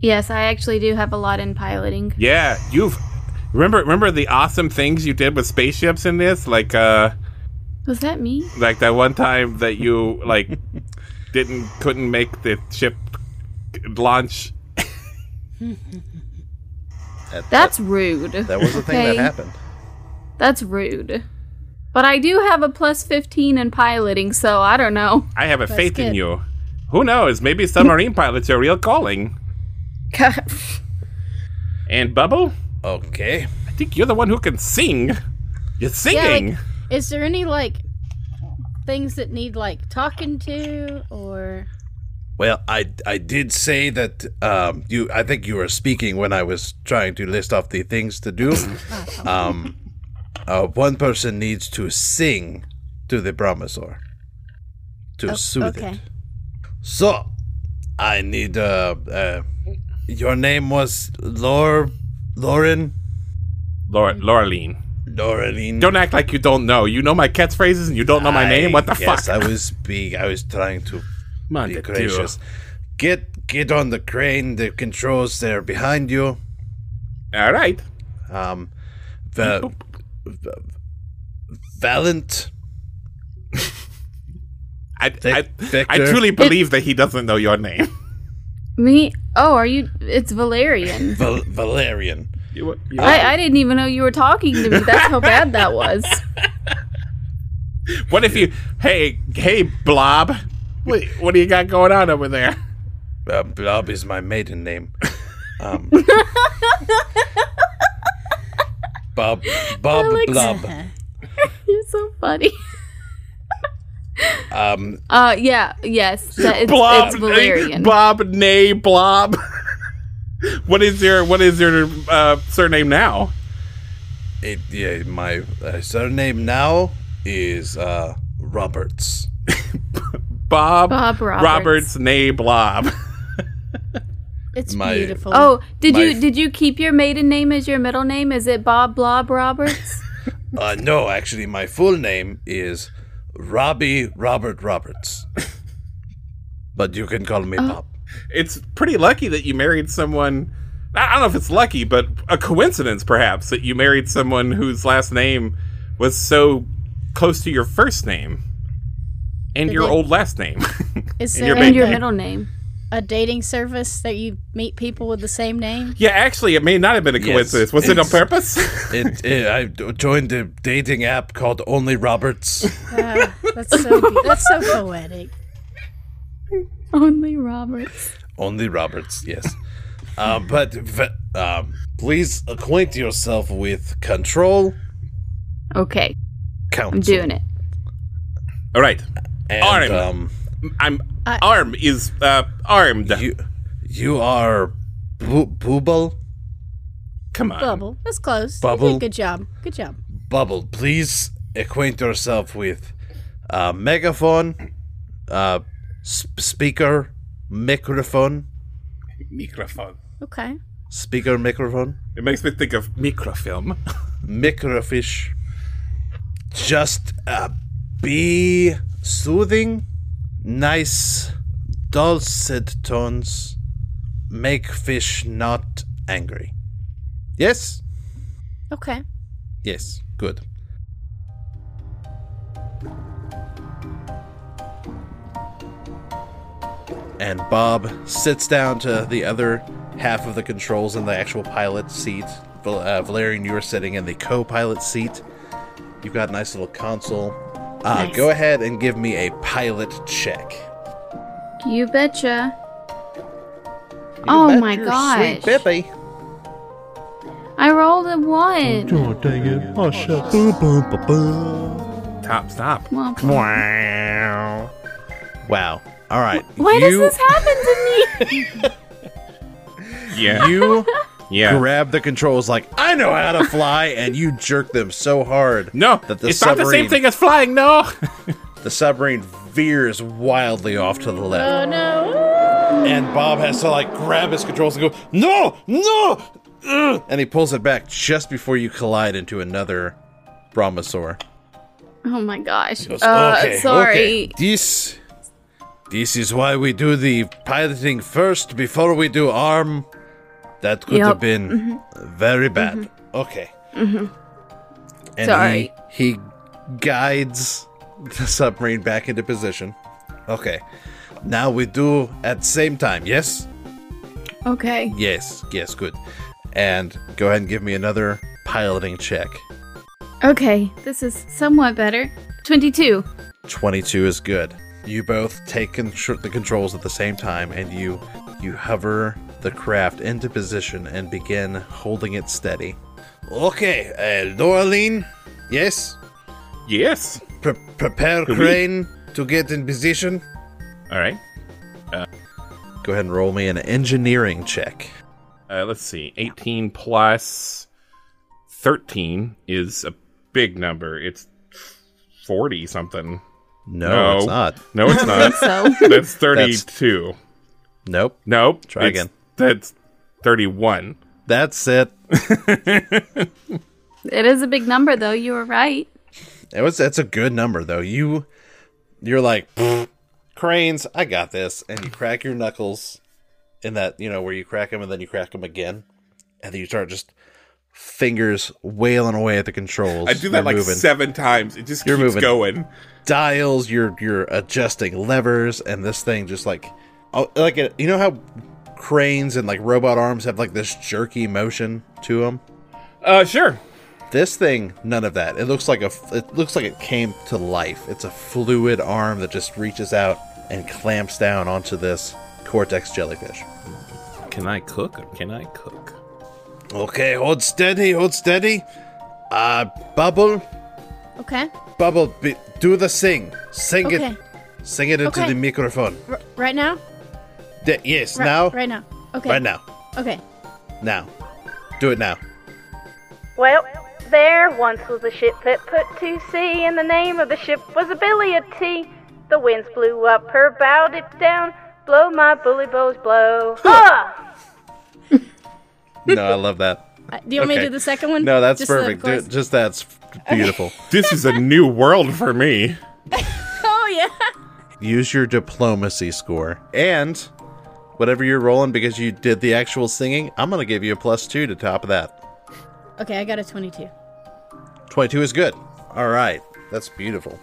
Speaker 6: Yes, I actually do have a lot in piloting.
Speaker 1: Yeah, you've remember remember the awesome things you did with spaceships in this, like uh,
Speaker 6: Was that me?
Speaker 1: like that one time that you like *laughs* didn't couldn't make the ship launch.
Speaker 9: That-
Speaker 6: That's rude.
Speaker 9: that was the thing
Speaker 6: Okay.
Speaker 9: that happened.
Speaker 6: That's rude. But I do have a plus 15 in piloting, so I don't know.
Speaker 1: I have a faith in
Speaker 5: good.
Speaker 1: you. Who knows? Maybe submarine pilot's your real calling. And Bubble,
Speaker 9: Okay.
Speaker 1: I think you're the one who can sing. You're singing.
Speaker 5: Is there any like things that need like talking to or
Speaker 9: Well, I
Speaker 3: I did say that um, you. I think you were speaking when I was trying to list off the things to do. um, uh, one person needs to sing to the bromosaur to soothe it.
Speaker 5: okay.
Speaker 3: So, I need. Uh, uh, your name was Lor, Lauren,
Speaker 1: Laura, Laureline.
Speaker 3: Laureline.
Speaker 1: Don't act like you don't know. You know my catchphrases and you don't know my name? What the
Speaker 3: yes,
Speaker 1: fuck?
Speaker 3: I was being. I was trying to
Speaker 1: Man,
Speaker 3: be
Speaker 1: the two.
Speaker 3: gracious. Get get on the crane. The controls there behind you.
Speaker 1: All right.
Speaker 3: Um, the, Valent.
Speaker 1: I, I, I
Speaker 3: Victor.
Speaker 1: truly believe that he doesn't know your name.
Speaker 6: Me? Oh, are you? It's Valerian.
Speaker 3: Val- Valerian.
Speaker 1: You, you,
Speaker 6: I, I didn't even know you were talking to me. That's how bad that was.
Speaker 1: what if you. Hey, hey, Blob. What, what do you got going on over there?
Speaker 3: Uh, Blob is my maiden name. Um, Bob, Bob Blob.
Speaker 6: You're so funny.
Speaker 3: Um,
Speaker 6: Uh, yeah, yes. That, it's,
Speaker 1: Blob,
Speaker 6: it's Valerian.
Speaker 1: Bob, nay, Blob. *laughs* what is your what is your uh, surname now?
Speaker 3: it, yeah, my uh, surname now is uh, Roberts.
Speaker 1: Bob,
Speaker 6: Bob Roberts.
Speaker 1: nay, Blob. *laughs*
Speaker 5: It's
Speaker 3: My-
Speaker 5: beautiful.
Speaker 6: Oh, did
Speaker 3: My-
Speaker 6: you did you keep your maiden name as your middle name? Is it Bob Blob Roberts?
Speaker 3: Uh, no, actually, my full name is Robbie Robert Roberts. but you can call me Bob.
Speaker 1: it's pretty lucky that you married someone. I I don't know if it's lucky, but a coincidence perhaps that you married someone whose last name was so close to your first name and your
Speaker 5: it-
Speaker 1: old last name. *laughs*
Speaker 5: is
Speaker 1: and
Speaker 5: there
Speaker 1: your
Speaker 6: and
Speaker 1: maiden
Speaker 6: your
Speaker 1: name.
Speaker 6: middle name.
Speaker 5: a dating service that you meet people with the same name?
Speaker 1: yeah, actually, it may not have been a
Speaker 3: Yes,
Speaker 1: coincidence. was it on
Speaker 3: it's-
Speaker 1: purpose? *laughs*
Speaker 3: It, it, I joined a dating app called Only Roberts.
Speaker 5: Ah, that's so be- that's so poetic.
Speaker 6: Only Roberts.
Speaker 3: Only Roberts, yes. Uh, but v- um, please acquaint yourself with Control
Speaker 6: Okay,
Speaker 3: Council.
Speaker 6: I'm doing it.
Speaker 1: All right,
Speaker 3: And,
Speaker 1: Arm.
Speaker 3: Um,
Speaker 1: I'm arm is uh, armed.
Speaker 3: you, you are Bu- Bubble.
Speaker 1: Come on.
Speaker 5: Bubble. That's close. You
Speaker 3: Bubble.
Speaker 5: did good job. Good job.
Speaker 3: Bubble, please acquaint yourself with uh, megaphone, uh, sp- speaker, microphone,
Speaker 1: Microphone.
Speaker 5: Okay.
Speaker 3: speaker, microphone,
Speaker 1: It makes me think of microfilm.
Speaker 3: microfish. Just uh, be soothing, nice, dulcet tones. Make fish not angry. Yes?
Speaker 5: Okay.
Speaker 3: Yes. Good. And Bob sits down to the other half of the controls in the actual pilot seat. Val- uh, Valerian, you are sitting in the co pilot seat. You've got a nice little console. Uh, Go ahead and give me a pilot check.
Speaker 6: You betcha.
Speaker 3: You
Speaker 6: Oh
Speaker 3: bet
Speaker 6: my
Speaker 3: your
Speaker 6: gosh.
Speaker 3: Sweet Bippy.
Speaker 6: I rolled a one.
Speaker 1: Top, stop.
Speaker 6: Well,
Speaker 3: Wow. All right.
Speaker 6: why
Speaker 3: you- *laughs*
Speaker 6: does this happen to me?
Speaker 1: Yeah.
Speaker 3: you
Speaker 1: Yeah.
Speaker 3: grab the controls like I know how to fly, and you jerk them so hard
Speaker 1: No,
Speaker 3: that the
Speaker 1: it's
Speaker 3: submarine
Speaker 1: not the same thing as flying. No.
Speaker 3: the submarine veers wildly off to the left,
Speaker 5: Oh no!
Speaker 3: and Bob has to like grab his controls and go no no, Ugh!" and he pulls it back just before you collide into another Brahmasaur.
Speaker 6: Oh my gosh. uh, sorry.
Speaker 3: This this is why we do the piloting first before we do arm. That could
Speaker 6: Yep.
Speaker 3: have been
Speaker 6: Mm-hmm.
Speaker 3: very bad. Okay. And
Speaker 6: Sorry.
Speaker 3: He, he guides the submarine back into position. Okay. Now we do at same time. Yes.
Speaker 6: Okay.
Speaker 3: Yes. Yes. Good. And go ahead and give me another piloting check.
Speaker 6: Okay. This is somewhat better. 22.
Speaker 3: 22 is good. You both take contr- the controls at the same time and you you hover the craft into position and begin holding it steady. Okay, uh, Laureline, yes?
Speaker 1: *laughs* yes.
Speaker 3: Pre- prepare
Speaker 1: Could we-
Speaker 3: crane to get in position.
Speaker 1: All right.
Speaker 3: Go ahead and roll me an engineering check.
Speaker 1: Uh, let's see. 18 plus 13 is a big number. It's 40 something.
Speaker 3: No,
Speaker 1: No.
Speaker 3: it's not.
Speaker 1: No,
Speaker 3: *laughs*
Speaker 1: it's not.
Speaker 6: So,
Speaker 1: That's 32.
Speaker 3: Nope.
Speaker 1: Nope.
Speaker 3: Try
Speaker 1: it's-
Speaker 3: again.
Speaker 1: That's 31.
Speaker 3: That's it.
Speaker 6: it is a big number, though. You were right.
Speaker 3: It was that's a good number though. You you're like "Pfft, cranes, I got this, and you crack your knuckles in that you know where you crack them and then you crack them again, and then you start just fingers wailing away at the controls.
Speaker 1: I do that
Speaker 3: You're
Speaker 1: like
Speaker 3: moving
Speaker 1: seven times. It just
Speaker 3: You're
Speaker 1: keeps
Speaker 3: moving.
Speaker 1: going.
Speaker 3: dials. You're you're adjusting levers, and this thing just like oh, like it, you know how cranes and like robot arms have like this jerky motion to them.
Speaker 1: Uh, sure.
Speaker 3: This thing, none of that. It looks like a. It looks like it came to life. It's a fluid arm that just reaches out and clamps down onto this cortex jellyfish.
Speaker 1: Can I cook? Can I cook?
Speaker 3: Okay, hold steady, hold steady. Uh, bubble,
Speaker 5: Okay.
Speaker 3: bubble, be, do the sing, sing
Speaker 5: Okay.
Speaker 3: it, sing it into
Speaker 5: Okay.
Speaker 3: the microphone.
Speaker 5: R- right now.
Speaker 3: D- yes,
Speaker 5: Right,
Speaker 3: now,
Speaker 5: Right now. Okay.
Speaker 3: right now,
Speaker 5: Okay.
Speaker 3: now, do it now.
Speaker 10: Well, there once was a ship that put to sea, and the name of the ship was Abilia T. The winds blew up her bow, dipped down, blow my bully bows blow. *laughs* Ah!
Speaker 3: No, I love
Speaker 5: *laughs*
Speaker 3: that.
Speaker 5: Uh, Do you want me
Speaker 3: Okay.
Speaker 5: to do the second one?
Speaker 3: No, that's
Speaker 5: Just the
Speaker 3: perfect. Do-
Speaker 5: chorus?
Speaker 3: just that's beautiful.
Speaker 1: This is a new world for me.
Speaker 5: oh yeah.
Speaker 3: use your diplomacy score and whatever you're rolling because you did the actual singing i'm gonna give you a plus two to top of that
Speaker 5: Okay, I got a twenty-two.
Speaker 3: 22 is good all right that's beautiful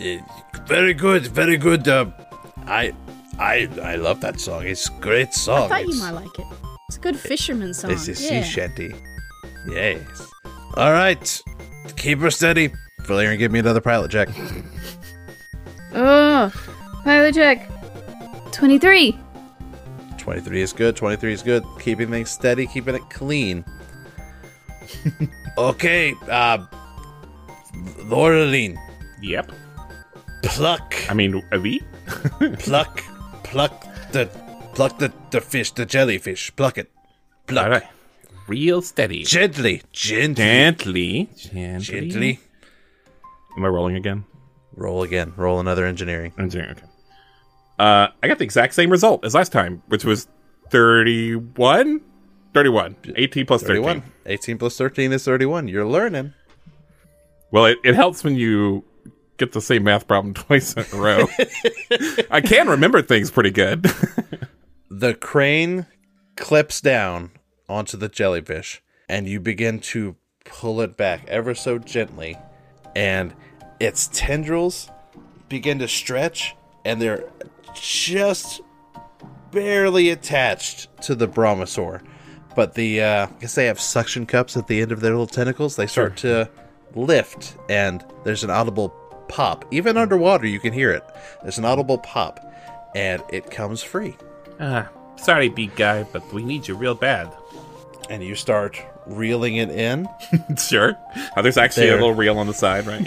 Speaker 4: Eh, Very good, very good. Uh, I, I, I love that song. It's a great
Speaker 3: Oh,
Speaker 4: song.
Speaker 5: I thought you
Speaker 4: It's-
Speaker 5: might like it. It's a good fisherman song.
Speaker 3: it's a sea
Speaker 5: yeah.
Speaker 3: shanty
Speaker 4: Yes. All right, keep her steady.
Speaker 3: Valerian, give me another pilot check
Speaker 6: Oh, pilot check. 23.
Speaker 3: 23 is good 23 is good keeping things steady keeping it
Speaker 1: *laughs*
Speaker 3: clean
Speaker 4: Okay, uh, Laureline,
Speaker 1: Yep.
Speaker 4: pluck,
Speaker 1: I mean, elite? *laughs*
Speaker 4: pluck, pluck the, pluck the, the fish, the jellyfish, pluck it, pluck
Speaker 1: All right. Real steady.
Speaker 4: gently, gently,
Speaker 1: Gently. Gently.
Speaker 4: gently.
Speaker 1: Am I rolling again?
Speaker 3: roll again roll another engineering
Speaker 1: Engineering, okay. Uh, I got the exact same result as last time, which was 31? 31. 18 plus
Speaker 3: 31
Speaker 1: 13.
Speaker 3: 18 plus 13 is 31 you're learning
Speaker 1: Well, it, it helps when you get the same math problem *laughs* twice in a row. I can remember things pretty good. *laughs*
Speaker 3: The crane clips down onto the jellyfish, and you begin to pull it back ever so gently, and its tendrils begin to stretch, and they're just barely attached to the bromosaur. But the, uh, I guess they have suction cups at the end of their little tentacles. They start to lift, and there's an audible pop. Even underwater, you can hear it. There's an audible pop, and it comes free.
Speaker 1: Ah, sorry, big guy, but we need you real bad.
Speaker 3: and you start reeling it in.
Speaker 1: Sure. Oh, there's actually
Speaker 3: There.
Speaker 1: a little reel on the side, right?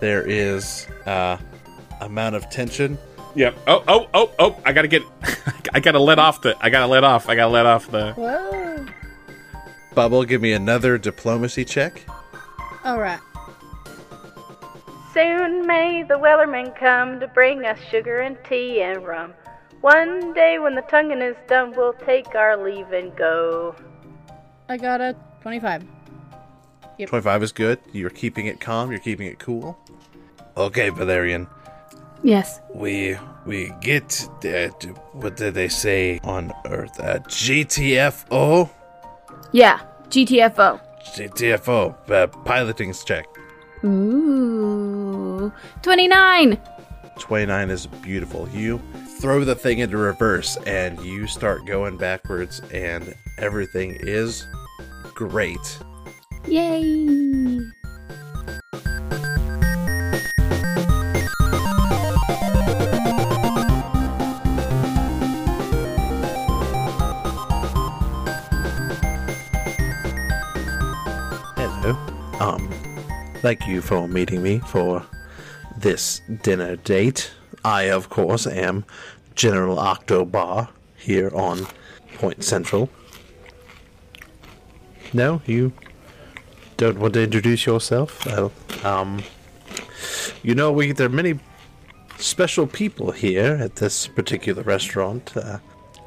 Speaker 3: There is uh, amount of tension,
Speaker 1: Yep. Oh, oh, oh, oh! I gotta get. *laughs* I gotta let off the. I gotta let off. I gotta let off the.
Speaker 3: Bubble, give me another diplomacy check.
Speaker 5: All right.
Speaker 10: Soon may the wellerman come to bring us sugar and tea and rum. One day when the tonguing is done, we'll take our leave and go.
Speaker 5: I got a 25.
Speaker 3: 25 is good. You're keeping it calm. You're keeping it cool.
Speaker 4: Okay, Valerian.
Speaker 6: Yes.
Speaker 4: We we get that what did they say on Earth? Uh, GTFO,
Speaker 6: Yeah. GTFO.
Speaker 4: GTFO, uh, piloting check.
Speaker 6: Ooh. 29.
Speaker 3: 29 is beautiful. You throw the thing into reverse and you start going backwards, and everything is great.
Speaker 6: Yay.
Speaker 3: Hello. Um, thank you for meeting me for this dinner date. I, of course, am General Octobar here on Point Central. No, you don't want to introduce yourself? Well, um, you know, we there are many special people here at this particular restaurant. Uh,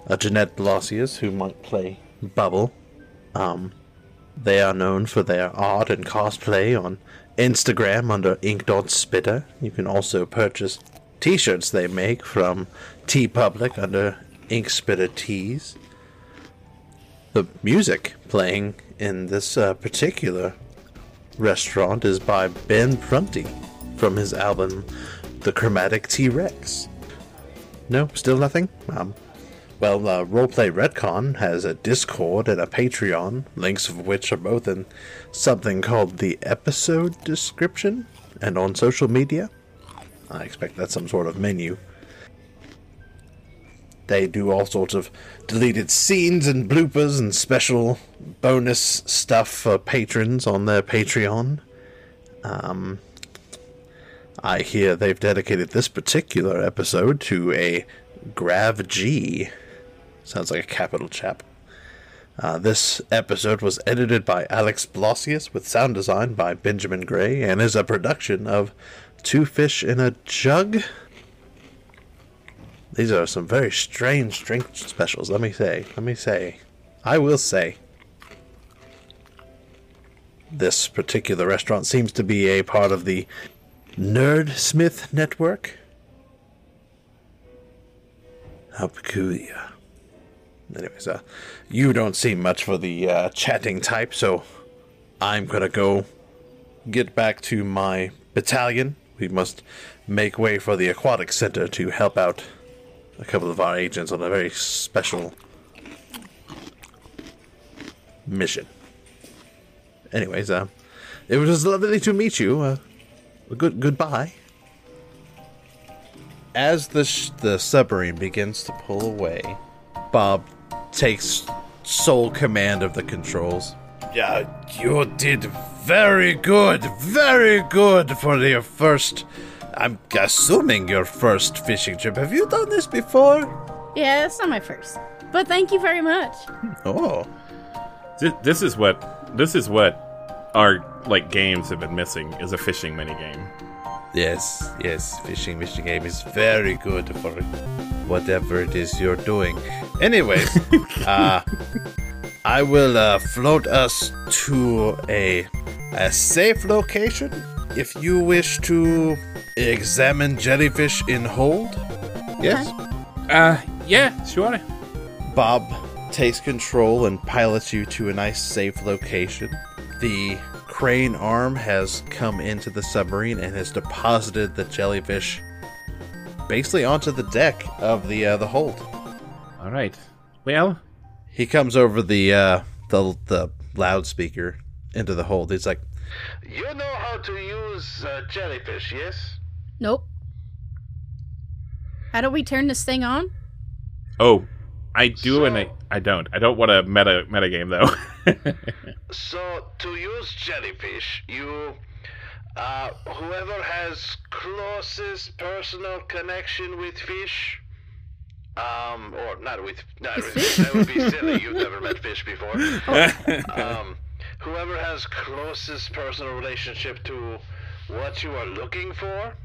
Speaker 3: uh, Jeanette Blossius, who might play Bubble. Um, they are known for their art and cosplay on Instagram under Ink Spitter. You can also purchase t-shirts they make from T Public under Ink Spitter Tees. The music playing in this uh, particular restaurant is by Ben Prunty from his album The Chromatic T-Rex. No, still nothing? Um, well, uh, Roleplay Redcon has a Discord and a Patreon, links of which are both in something called the episode description and on social media. I expect that's some sort of menu. They do all sorts of deleted scenes and bloopers and special bonus stuff for patrons on their Patreon. Um, I hear they've dedicated this particular episode to a Grav G. Sounds like a capital chap. Uh, this episode was edited by Alex Blossius with sound design by Benjamin Gray and is a production of Two Fish in a Jug. These are some very strange drink specials, let me say. Let me say. I will say. This particular restaurant seems to be a part of the Nerdsmith Network. How peculiar. Anyways, uh, you don't seem much for the uh, chatting type, so I'm gonna go get back to my battalion. We must make way for the aquatic center to help out a couple of our agents on a very special mission. Anyways, uh, it was lovely to meet you. Uh, good goodbye.
Speaker 4: As the sh- the submarine begins to pull away,
Speaker 3: Bob takes sole command of the controls.
Speaker 4: yeah, you did very good, very good for your first. I'm assuming your first fishing trip. Have you done this before?
Speaker 5: Yeah, that's not my first. But thank you very much.
Speaker 3: Oh,
Speaker 1: This, this is what. This is what our like games have been missing is a fishing minigame.
Speaker 4: Yes, yes, fishing fishing game is very good for whatever it is you're doing. Anyways, uh, I will uh, float us to a a safe location if you wish to examine jellyfish in hold.
Speaker 3: yes.
Speaker 1: Uh, yeah, sure.
Speaker 3: Bob takes control and pilots you to a nice safe location. The crane arm has come into the submarine and has deposited the jellyfish basically onto the deck of the uh, the hold.
Speaker 1: All right. Well,
Speaker 3: He comes over the uh, the the loudspeaker into the hold. He's like,
Speaker 11: You know how to use uh, jellyfish, yes?
Speaker 5: Nope. How do we turn this thing on?
Speaker 1: oh, I do and I I don't. I don't want a meta *laughs* meta game though.
Speaker 11: So, to use jellyfish, you Uh, whoever has closest personal connection with fish, um, or not with, not with that would be silly. You've never met fish before. Um, whoever has closest personal relationship to what you are looking for,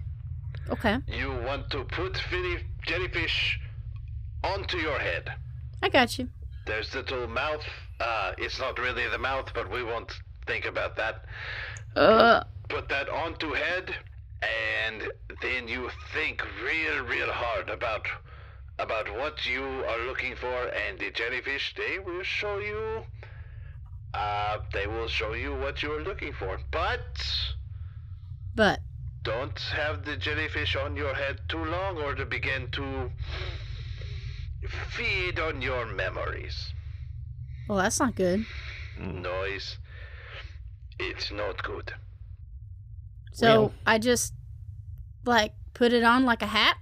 Speaker 5: Okay.
Speaker 11: you want to put finny- jellyfish onto your head.
Speaker 5: I got you.
Speaker 11: There's the little mouth. Uh, it's not really the mouth, but we won't think about that.
Speaker 6: Uh,
Speaker 11: Put that onto head, and then you think real, real hard about about what you are looking for, and the jellyfish they will show you. Uh, they will show you what you are looking for, but
Speaker 5: But
Speaker 11: don't have the jellyfish on your head too long, or to begin to feed on your memories.
Speaker 5: well, that's not good.
Speaker 11: noise. It's not good.
Speaker 5: So I just like put it on like a hat.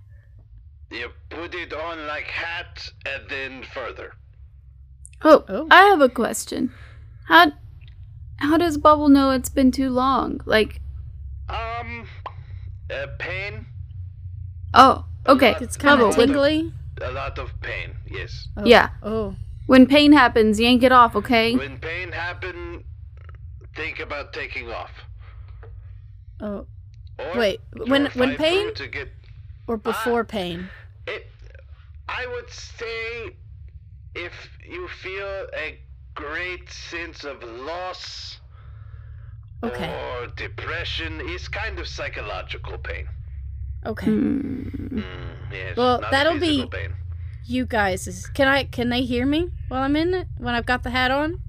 Speaker 11: You put it on like hat and then further.
Speaker 6: oh,
Speaker 5: Oh.
Speaker 6: I have a question. How how does Bubble know it's been too long? Like,
Speaker 11: Um, uh, pain,
Speaker 6: oh, okay.
Speaker 5: It's kind of
Speaker 6: Bubble, when-
Speaker 5: tingly.
Speaker 11: a lot of pain. Yes.
Speaker 5: Oh,
Speaker 6: Yeah.
Speaker 5: Oh.
Speaker 6: When pain happens, yank it off,
Speaker 5: Mm.
Speaker 6: okay?
Speaker 11: When pain happen, think about taking off.
Speaker 5: Oh.
Speaker 11: Or
Speaker 5: Wait, when-
Speaker 11: draw
Speaker 5: when
Speaker 11: five
Speaker 5: pain?
Speaker 11: brew To get
Speaker 5: Or before pain.
Speaker 11: it, I would say if you feel a great sense of loss
Speaker 5: Okay.
Speaker 11: or depression, it's kind of psychological pain.
Speaker 5: Okay.
Speaker 11: Mm, yes,
Speaker 5: Well,
Speaker 11: not
Speaker 5: that'll be-
Speaker 11: physical Pain.
Speaker 5: You guys, is, can I? Can they hear me while I'm in it? When I've got the hat on,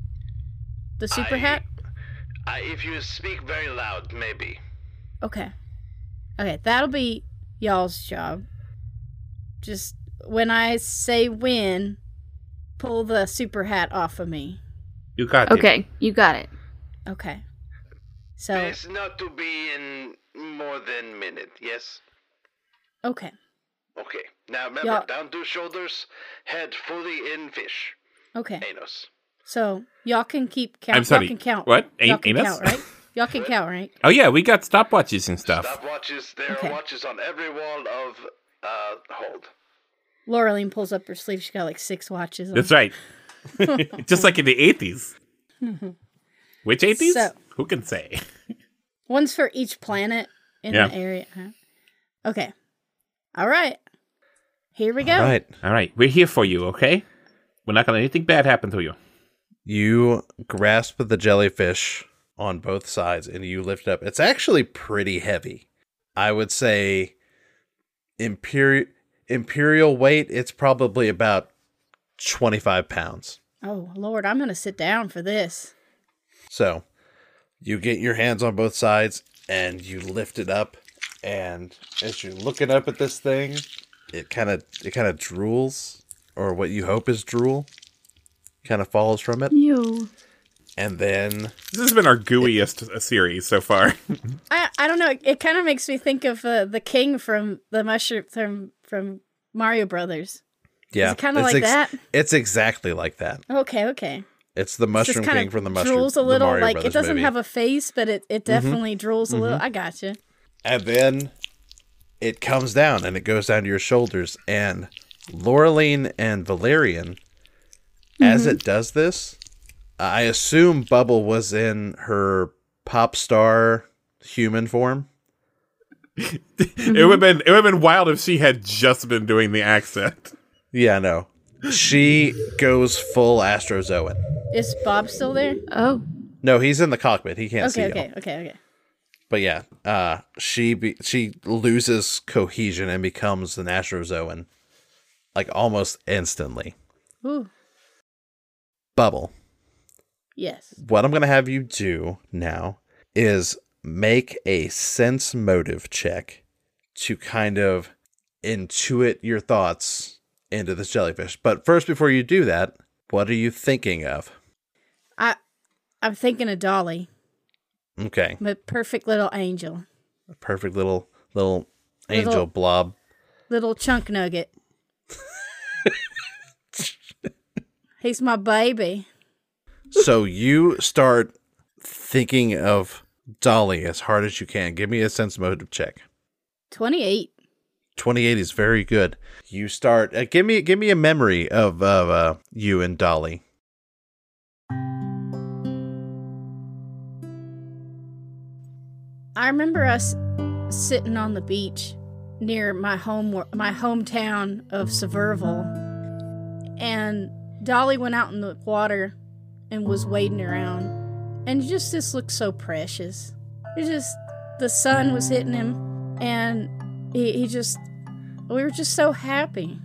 Speaker 5: the super
Speaker 11: I-
Speaker 5: hat.
Speaker 11: I, if you speak very loud, maybe.
Speaker 5: Okay. Okay, that'll be y'all's job. Just when I say when, pull the super hat off of me.
Speaker 1: You got it.
Speaker 6: Okay, you got it.
Speaker 5: Okay. So,
Speaker 11: It's not to be in more than minute. Yes.
Speaker 5: okay.
Speaker 11: Okay. Now remember,
Speaker 5: Yeah.
Speaker 11: down two shoulders, head fully in fish
Speaker 5: Okay.
Speaker 11: anus.
Speaker 5: So, y'all can keep count.
Speaker 1: I'm sorry,
Speaker 5: Y'all can count.
Speaker 1: what? An-
Speaker 5: y'all can
Speaker 1: anus?
Speaker 5: count, right? Y'all can count,
Speaker 1: *laughs*
Speaker 5: right?
Speaker 1: Oh yeah, we got stopwatches and stuff.
Speaker 11: Stop watches. There
Speaker 5: Okay.
Speaker 11: are watches on every wall of uh hold.
Speaker 5: Laureline pulls up her sleeve. She's got like six watches on.
Speaker 1: That's right. Just like in the eighties. Which eighties?
Speaker 5: So-
Speaker 1: Who can say?
Speaker 5: One's for each planet in
Speaker 1: Yeah.
Speaker 5: the area. huh? Okay. All right. Here we go.
Speaker 3: All right.
Speaker 1: All right, we're here for you. Okay, we're not gonna let anything bad happen to you.
Speaker 3: You grasp the jellyfish on both sides and you lift it up. It's actually pretty heavy. I would say imperial imperial weight, it's probably about 25 pounds.
Speaker 5: Oh, Lord, I'm going to sit down for this.
Speaker 3: So, you get your hands on both sides and you lift it up and as you're looking up at this thing, it kind of it kind of drools or what you hope is drool kind of falls from it
Speaker 6: You.
Speaker 3: and then
Speaker 1: This has been our gooeyest *laughs* uh, series so far.
Speaker 5: I I don't know. It, it kind of makes me think of uh, the king from the mushroom from from Mario Brothers.
Speaker 3: yeah,
Speaker 5: it kinda
Speaker 3: it's
Speaker 5: like that?
Speaker 3: It's exactly like that.
Speaker 5: Okay, okay.
Speaker 3: It's the
Speaker 5: It's just
Speaker 3: mushroom
Speaker 5: kinda
Speaker 3: king from the mushroom.
Speaker 5: Drools a
Speaker 3: the
Speaker 5: little,
Speaker 3: Mario
Speaker 5: like it
Speaker 3: Brothers
Speaker 5: doesn't
Speaker 3: movie. Mm-hmm.
Speaker 5: have a face, but it, it definitely drools a little. I gotcha.
Speaker 3: And then it comes down and it goes down to your shoulders. And Laureline and Valerian, as
Speaker 5: Mm-hmm.
Speaker 3: it does this, I assume Bubble was in her pop star human form.
Speaker 1: It would have been it would have been wild if she had just been doing the accent.
Speaker 3: Yeah, no. She goes full Astrozoan.
Speaker 5: Is Bob still there?
Speaker 6: Oh.
Speaker 3: No, he's in the cockpit. He can't see
Speaker 5: Okay,
Speaker 3: y'all.
Speaker 5: okay, okay, okay.
Speaker 3: But yeah, uh, she be- she loses cohesion and becomes an Astrozoan, like almost instantly.
Speaker 5: Ooh,
Speaker 3: Bubble.
Speaker 5: yes.
Speaker 3: What I'm gonna have you do now is make a sense motive check to kind of intuit your thoughts into this jellyfish. But first, before you do that, what are you thinking of?
Speaker 5: I I'm thinking of Dolly,
Speaker 3: Okay,
Speaker 5: my perfect little angel,
Speaker 3: a perfect little little angel
Speaker 5: Little-
Speaker 3: blob.
Speaker 5: little chunk nugget. He's my baby.
Speaker 3: so you start thinking of Dolly as hard as you can. Give me a sense motive check.
Speaker 5: 28.
Speaker 3: 28 is very good. You start. Uh, give me give me a memory of of uh, you and Dolly.
Speaker 5: I remember us sitting on the beach near my home my hometown of Sevierville and Dolly went out in the water and was wading around and just this looked so precious. It just the sun was hitting him and he, he just we were just so happy.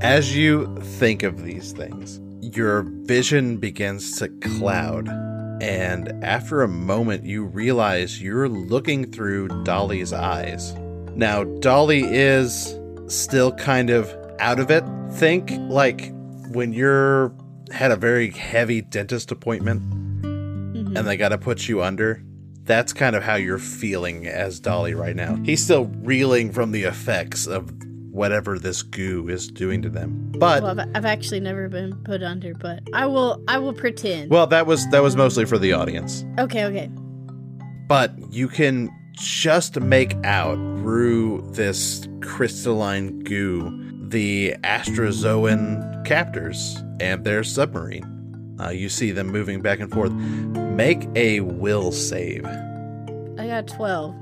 Speaker 3: As you think of these things, your vision begins to cloud. And after a moment, you realize you're looking through Dolly's eyes. Now, Dolly is still kind of out of it. Think like when you're had a very heavy dentist appointment and they got to put you under. That's kind of how you're feeling as Dolly right now. He's still reeling from the effects of whatever this goo is doing to them. But
Speaker 5: Well, I've, I've actually never been put under, but I will I will pretend.
Speaker 3: well, that was that was mostly for the audience.
Speaker 5: okay, okay.
Speaker 3: But you can just make out through this crystalline goo the Astrozoan captors and their submarine. Uh, you see them moving back and forth. Make a will save.
Speaker 5: I got 12.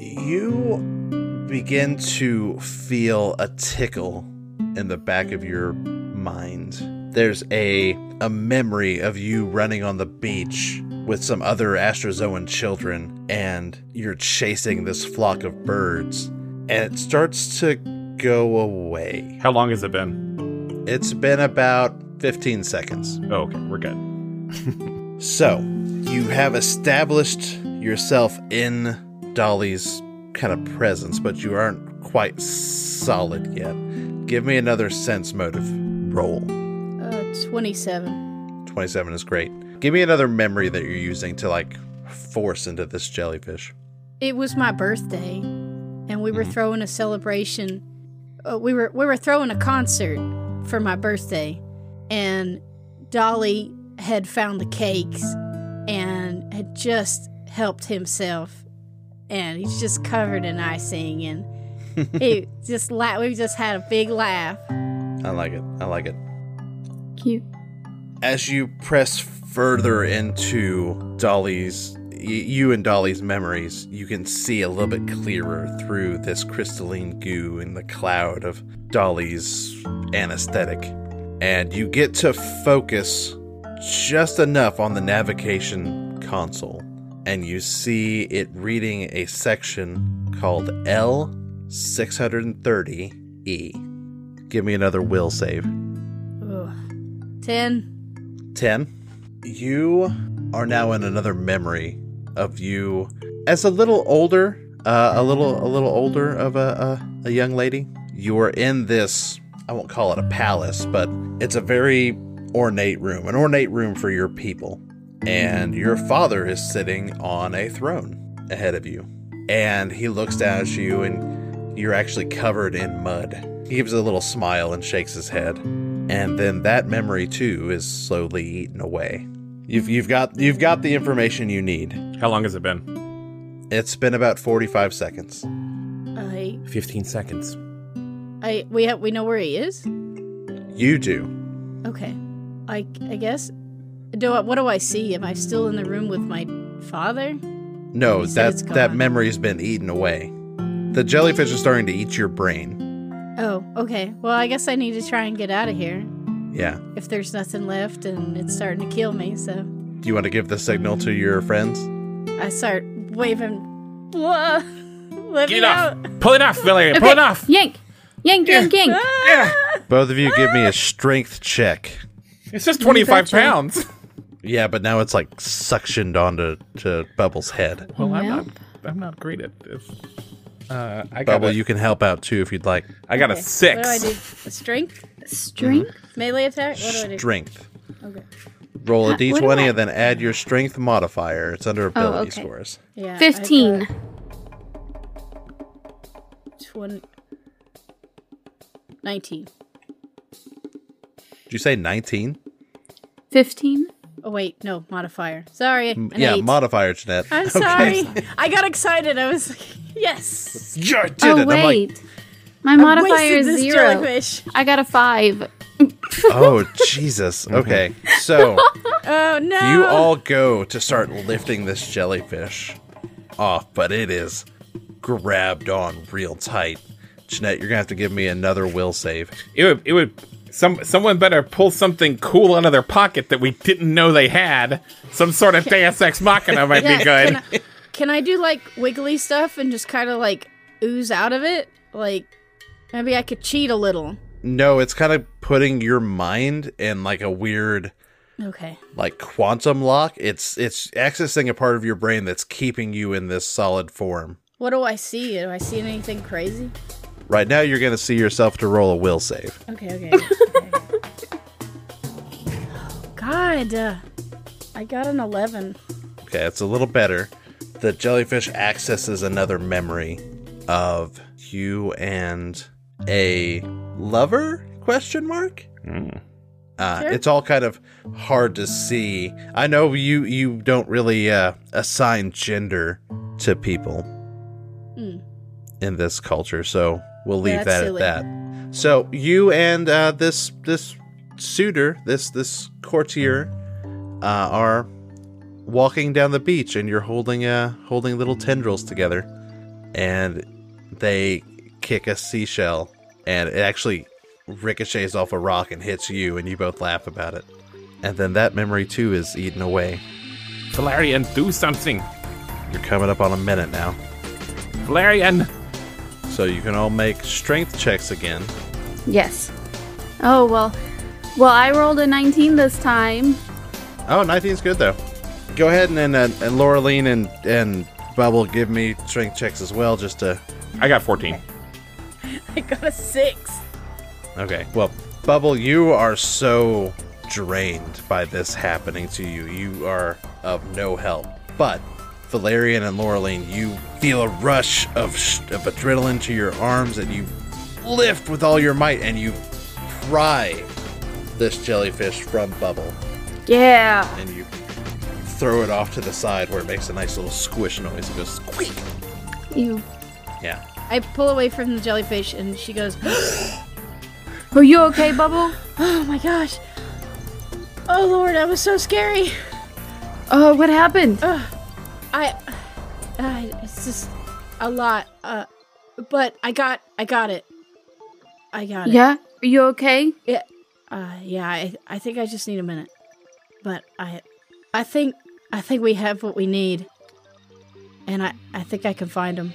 Speaker 3: You begin to feel a tickle in the back of your mind. There's a a memory of you running on the beach with some other Astrozoan children and you're chasing this flock of birds and it starts to go away.
Speaker 12: How long has it been?
Speaker 3: It's been about 15 seconds.
Speaker 12: Oh, okay, we're good.
Speaker 3: So, you have established yourself in Dolly's kind of presence, but you aren't quite solid yet. Give me another sense motive roll.
Speaker 5: Uh, 27.
Speaker 3: 27 is great. Give me another memory that you're using to like force into this jellyfish.
Speaker 5: It was my birthday and we were throwing a celebration. Uh, we were we were throwing a concert for my birthday and Dolly had found the cakes and had just helped himself and he's just covered in icing and he just la- we just had a big laugh.
Speaker 3: I like it. I like it.
Speaker 6: Cute.
Speaker 3: as you press further into Dolly's, y- you and Dolly's memories, you can see a little bit clearer through this crystalline goo in the cloud of Dolly's anesthetic. And you get to focus just enough on the navigation console, and you see it reading a section called L630E. E. Give me another will save.
Speaker 5: Ugh. 10.
Speaker 3: 10. You are now in another memory of you as a little older, uh, a little a little older of a, a a young lady. You are in this I won't call it a palace, but it's a very ornate room, an ornate room for your people. And your father is sitting on a throne ahead of you. And he looks down at you and you're actually covered in mud. He gives a little smile and shakes his head and then that memory too is slowly eaten away. You've you've got you've got the information you need.
Speaker 12: How long has it been?
Speaker 3: It's been about 45 seconds.
Speaker 5: I,
Speaker 1: 15 seconds.
Speaker 5: I, we, ha- we know where he is?
Speaker 3: You do.
Speaker 5: Okay. I I guess. Do I, what do I see? Am I still in the room with my father?
Speaker 3: No,
Speaker 5: You said
Speaker 3: that
Speaker 5: it's
Speaker 3: that
Speaker 5: gone.
Speaker 3: memory's been eaten away. The jellyfish is starting to eat your brain.
Speaker 5: Oh, okay. Well, I guess I need to try and get out of here
Speaker 3: Yeah.
Speaker 5: if there's nothing left and it's starting to kill me. So
Speaker 3: Do you want to give the signal to your friends?
Speaker 5: I start waving. Blah. *laughs* Let
Speaker 1: Get
Speaker 5: me
Speaker 1: it off!
Speaker 3: *laughs*
Speaker 1: Pull it off, Billy! Pull it *laughs* off!
Speaker 6: Yank! Yank, yank,
Speaker 5: Ah.
Speaker 6: yank!
Speaker 5: *laughs*
Speaker 3: Both of you give me a strength check.
Speaker 1: It's just 25 pounds!
Speaker 3: Yeah, but now it's like suctioned onto to Bubble's head.
Speaker 1: Well, I'm
Speaker 6: Well.
Speaker 1: not. I'm not great at this. Uh, I got.
Speaker 3: Bubble,
Speaker 1: A,
Speaker 3: you can help out too if you'd like.
Speaker 1: I got a six.
Speaker 5: What do I do? A strength
Speaker 6: String?
Speaker 5: melee attack? What do I do?
Speaker 3: Strength.
Speaker 5: Okay.
Speaker 3: Roll a
Speaker 6: What do
Speaker 3: d20
Speaker 6: I-
Speaker 3: and then add your strength modifier. It's
Speaker 5: Oh,
Speaker 3: under ability
Speaker 6: okay.
Speaker 3: scores.
Speaker 5: Yeah. I
Speaker 6: 15.
Speaker 5: got Twenty. Nineteen.
Speaker 3: Did you say 19?
Speaker 6: 15?
Speaker 5: Oh wait, no modifier. Sorry, an
Speaker 3: yeah,
Speaker 5: eight.
Speaker 3: modifier, Jeanette. *laughs*
Speaker 5: I'm
Speaker 3: Okay.
Speaker 5: sorry. I got excited. I was like, *laughs* yes.
Speaker 3: Yeah, I did it.
Speaker 6: Oh
Speaker 3: I'm like,
Speaker 6: wait, my
Speaker 5: I
Speaker 6: modifier
Speaker 5: wasted
Speaker 6: is
Speaker 5: this
Speaker 6: zero.
Speaker 5: Jellyfish.
Speaker 6: I got a five.
Speaker 3: oh
Speaker 5: *laughs*
Speaker 3: Jesus. Okay, so
Speaker 5: Oh no.
Speaker 3: you all go to start lifting this jellyfish off, but it is grabbed on real tight. Jeanette, you're gonna have to give me another will save.
Speaker 1: It would. It would. Some someone better pull something cool out of their pocket that we didn't know they had. Some sort of Deus Ex Machina might
Speaker 5: *laughs* Yeah,
Speaker 1: be good.
Speaker 5: Can I, can I do like wiggly stuff and just kind of like ooze out of it? Like maybe I could cheat a little.
Speaker 3: No, it's kind of putting your mind in like a weird
Speaker 5: Okay.
Speaker 3: like quantum lock. It's it's accessing a part of your brain that's keeping you in this solid form.
Speaker 5: What do I see? Do I see anything crazy?
Speaker 3: Right now, you're gonna see yourself to roll a will save.
Speaker 5: Okay. *laughs* Okay. okay. God, uh, I got an eleven. *laughs*
Speaker 3: Okay, it's a little better. The jellyfish accesses another memory of you and a lover? Question mark. Uh,
Speaker 5: Sure.
Speaker 3: It's all kind of hard to see. I know you you don't really uh, assign gender to people
Speaker 5: Mm.
Speaker 3: in this culture, so we'll leave
Speaker 5: Yeah, that's
Speaker 3: that
Speaker 5: silly.
Speaker 3: at that. So you and uh, this this suitor, this this courtier, uh, are walking down the beach, and you're holding uh holding little tendrils together, and they kick a seashell, and it actually ricochets off a rock and hits you, and you both laugh about it. And then that memory too is eaten away.
Speaker 1: Valerian, do something.
Speaker 3: You're coming up on a minute now.
Speaker 1: Valerian.
Speaker 3: So you can all make strength checks again.
Speaker 6: Yes. Oh well. Well, I rolled a 19 this time.
Speaker 3: Oh, 19's good though. Go ahead and and, uh, and Laura Lean and and Bubble give me strength checks as well, just to.
Speaker 1: I got fourteen.
Speaker 5: I got a six.
Speaker 3: Okay. Well, Bubble, you are so drained by this happening to you. You are of no help. But Valerian and Laureline, you feel a rush of sh- of adrenaline to your arms, and you lift with all your might, and you pry this jellyfish from Bubble.
Speaker 6: Yeah.
Speaker 3: and you throw it off to the side where it makes a nice little squish noise. It goes squeak.
Speaker 6: You.
Speaker 3: Yeah.
Speaker 5: I pull away from the jellyfish and she goes, *gasps*
Speaker 6: Are you okay,
Speaker 5: *laughs*
Speaker 6: Bubble?
Speaker 5: "Oh my gosh! Oh Lord, that was so scary." Uh,
Speaker 6: Oh, what happened?
Speaker 5: I, I it's just a lot. Uh, but I got, I got it. I got it.
Speaker 6: yeah. Are you okay?
Speaker 5: Yeah. Uh, yeah. I, I think I just need a minute. But I, I think, I think we have what we need. And I, I think I can find him.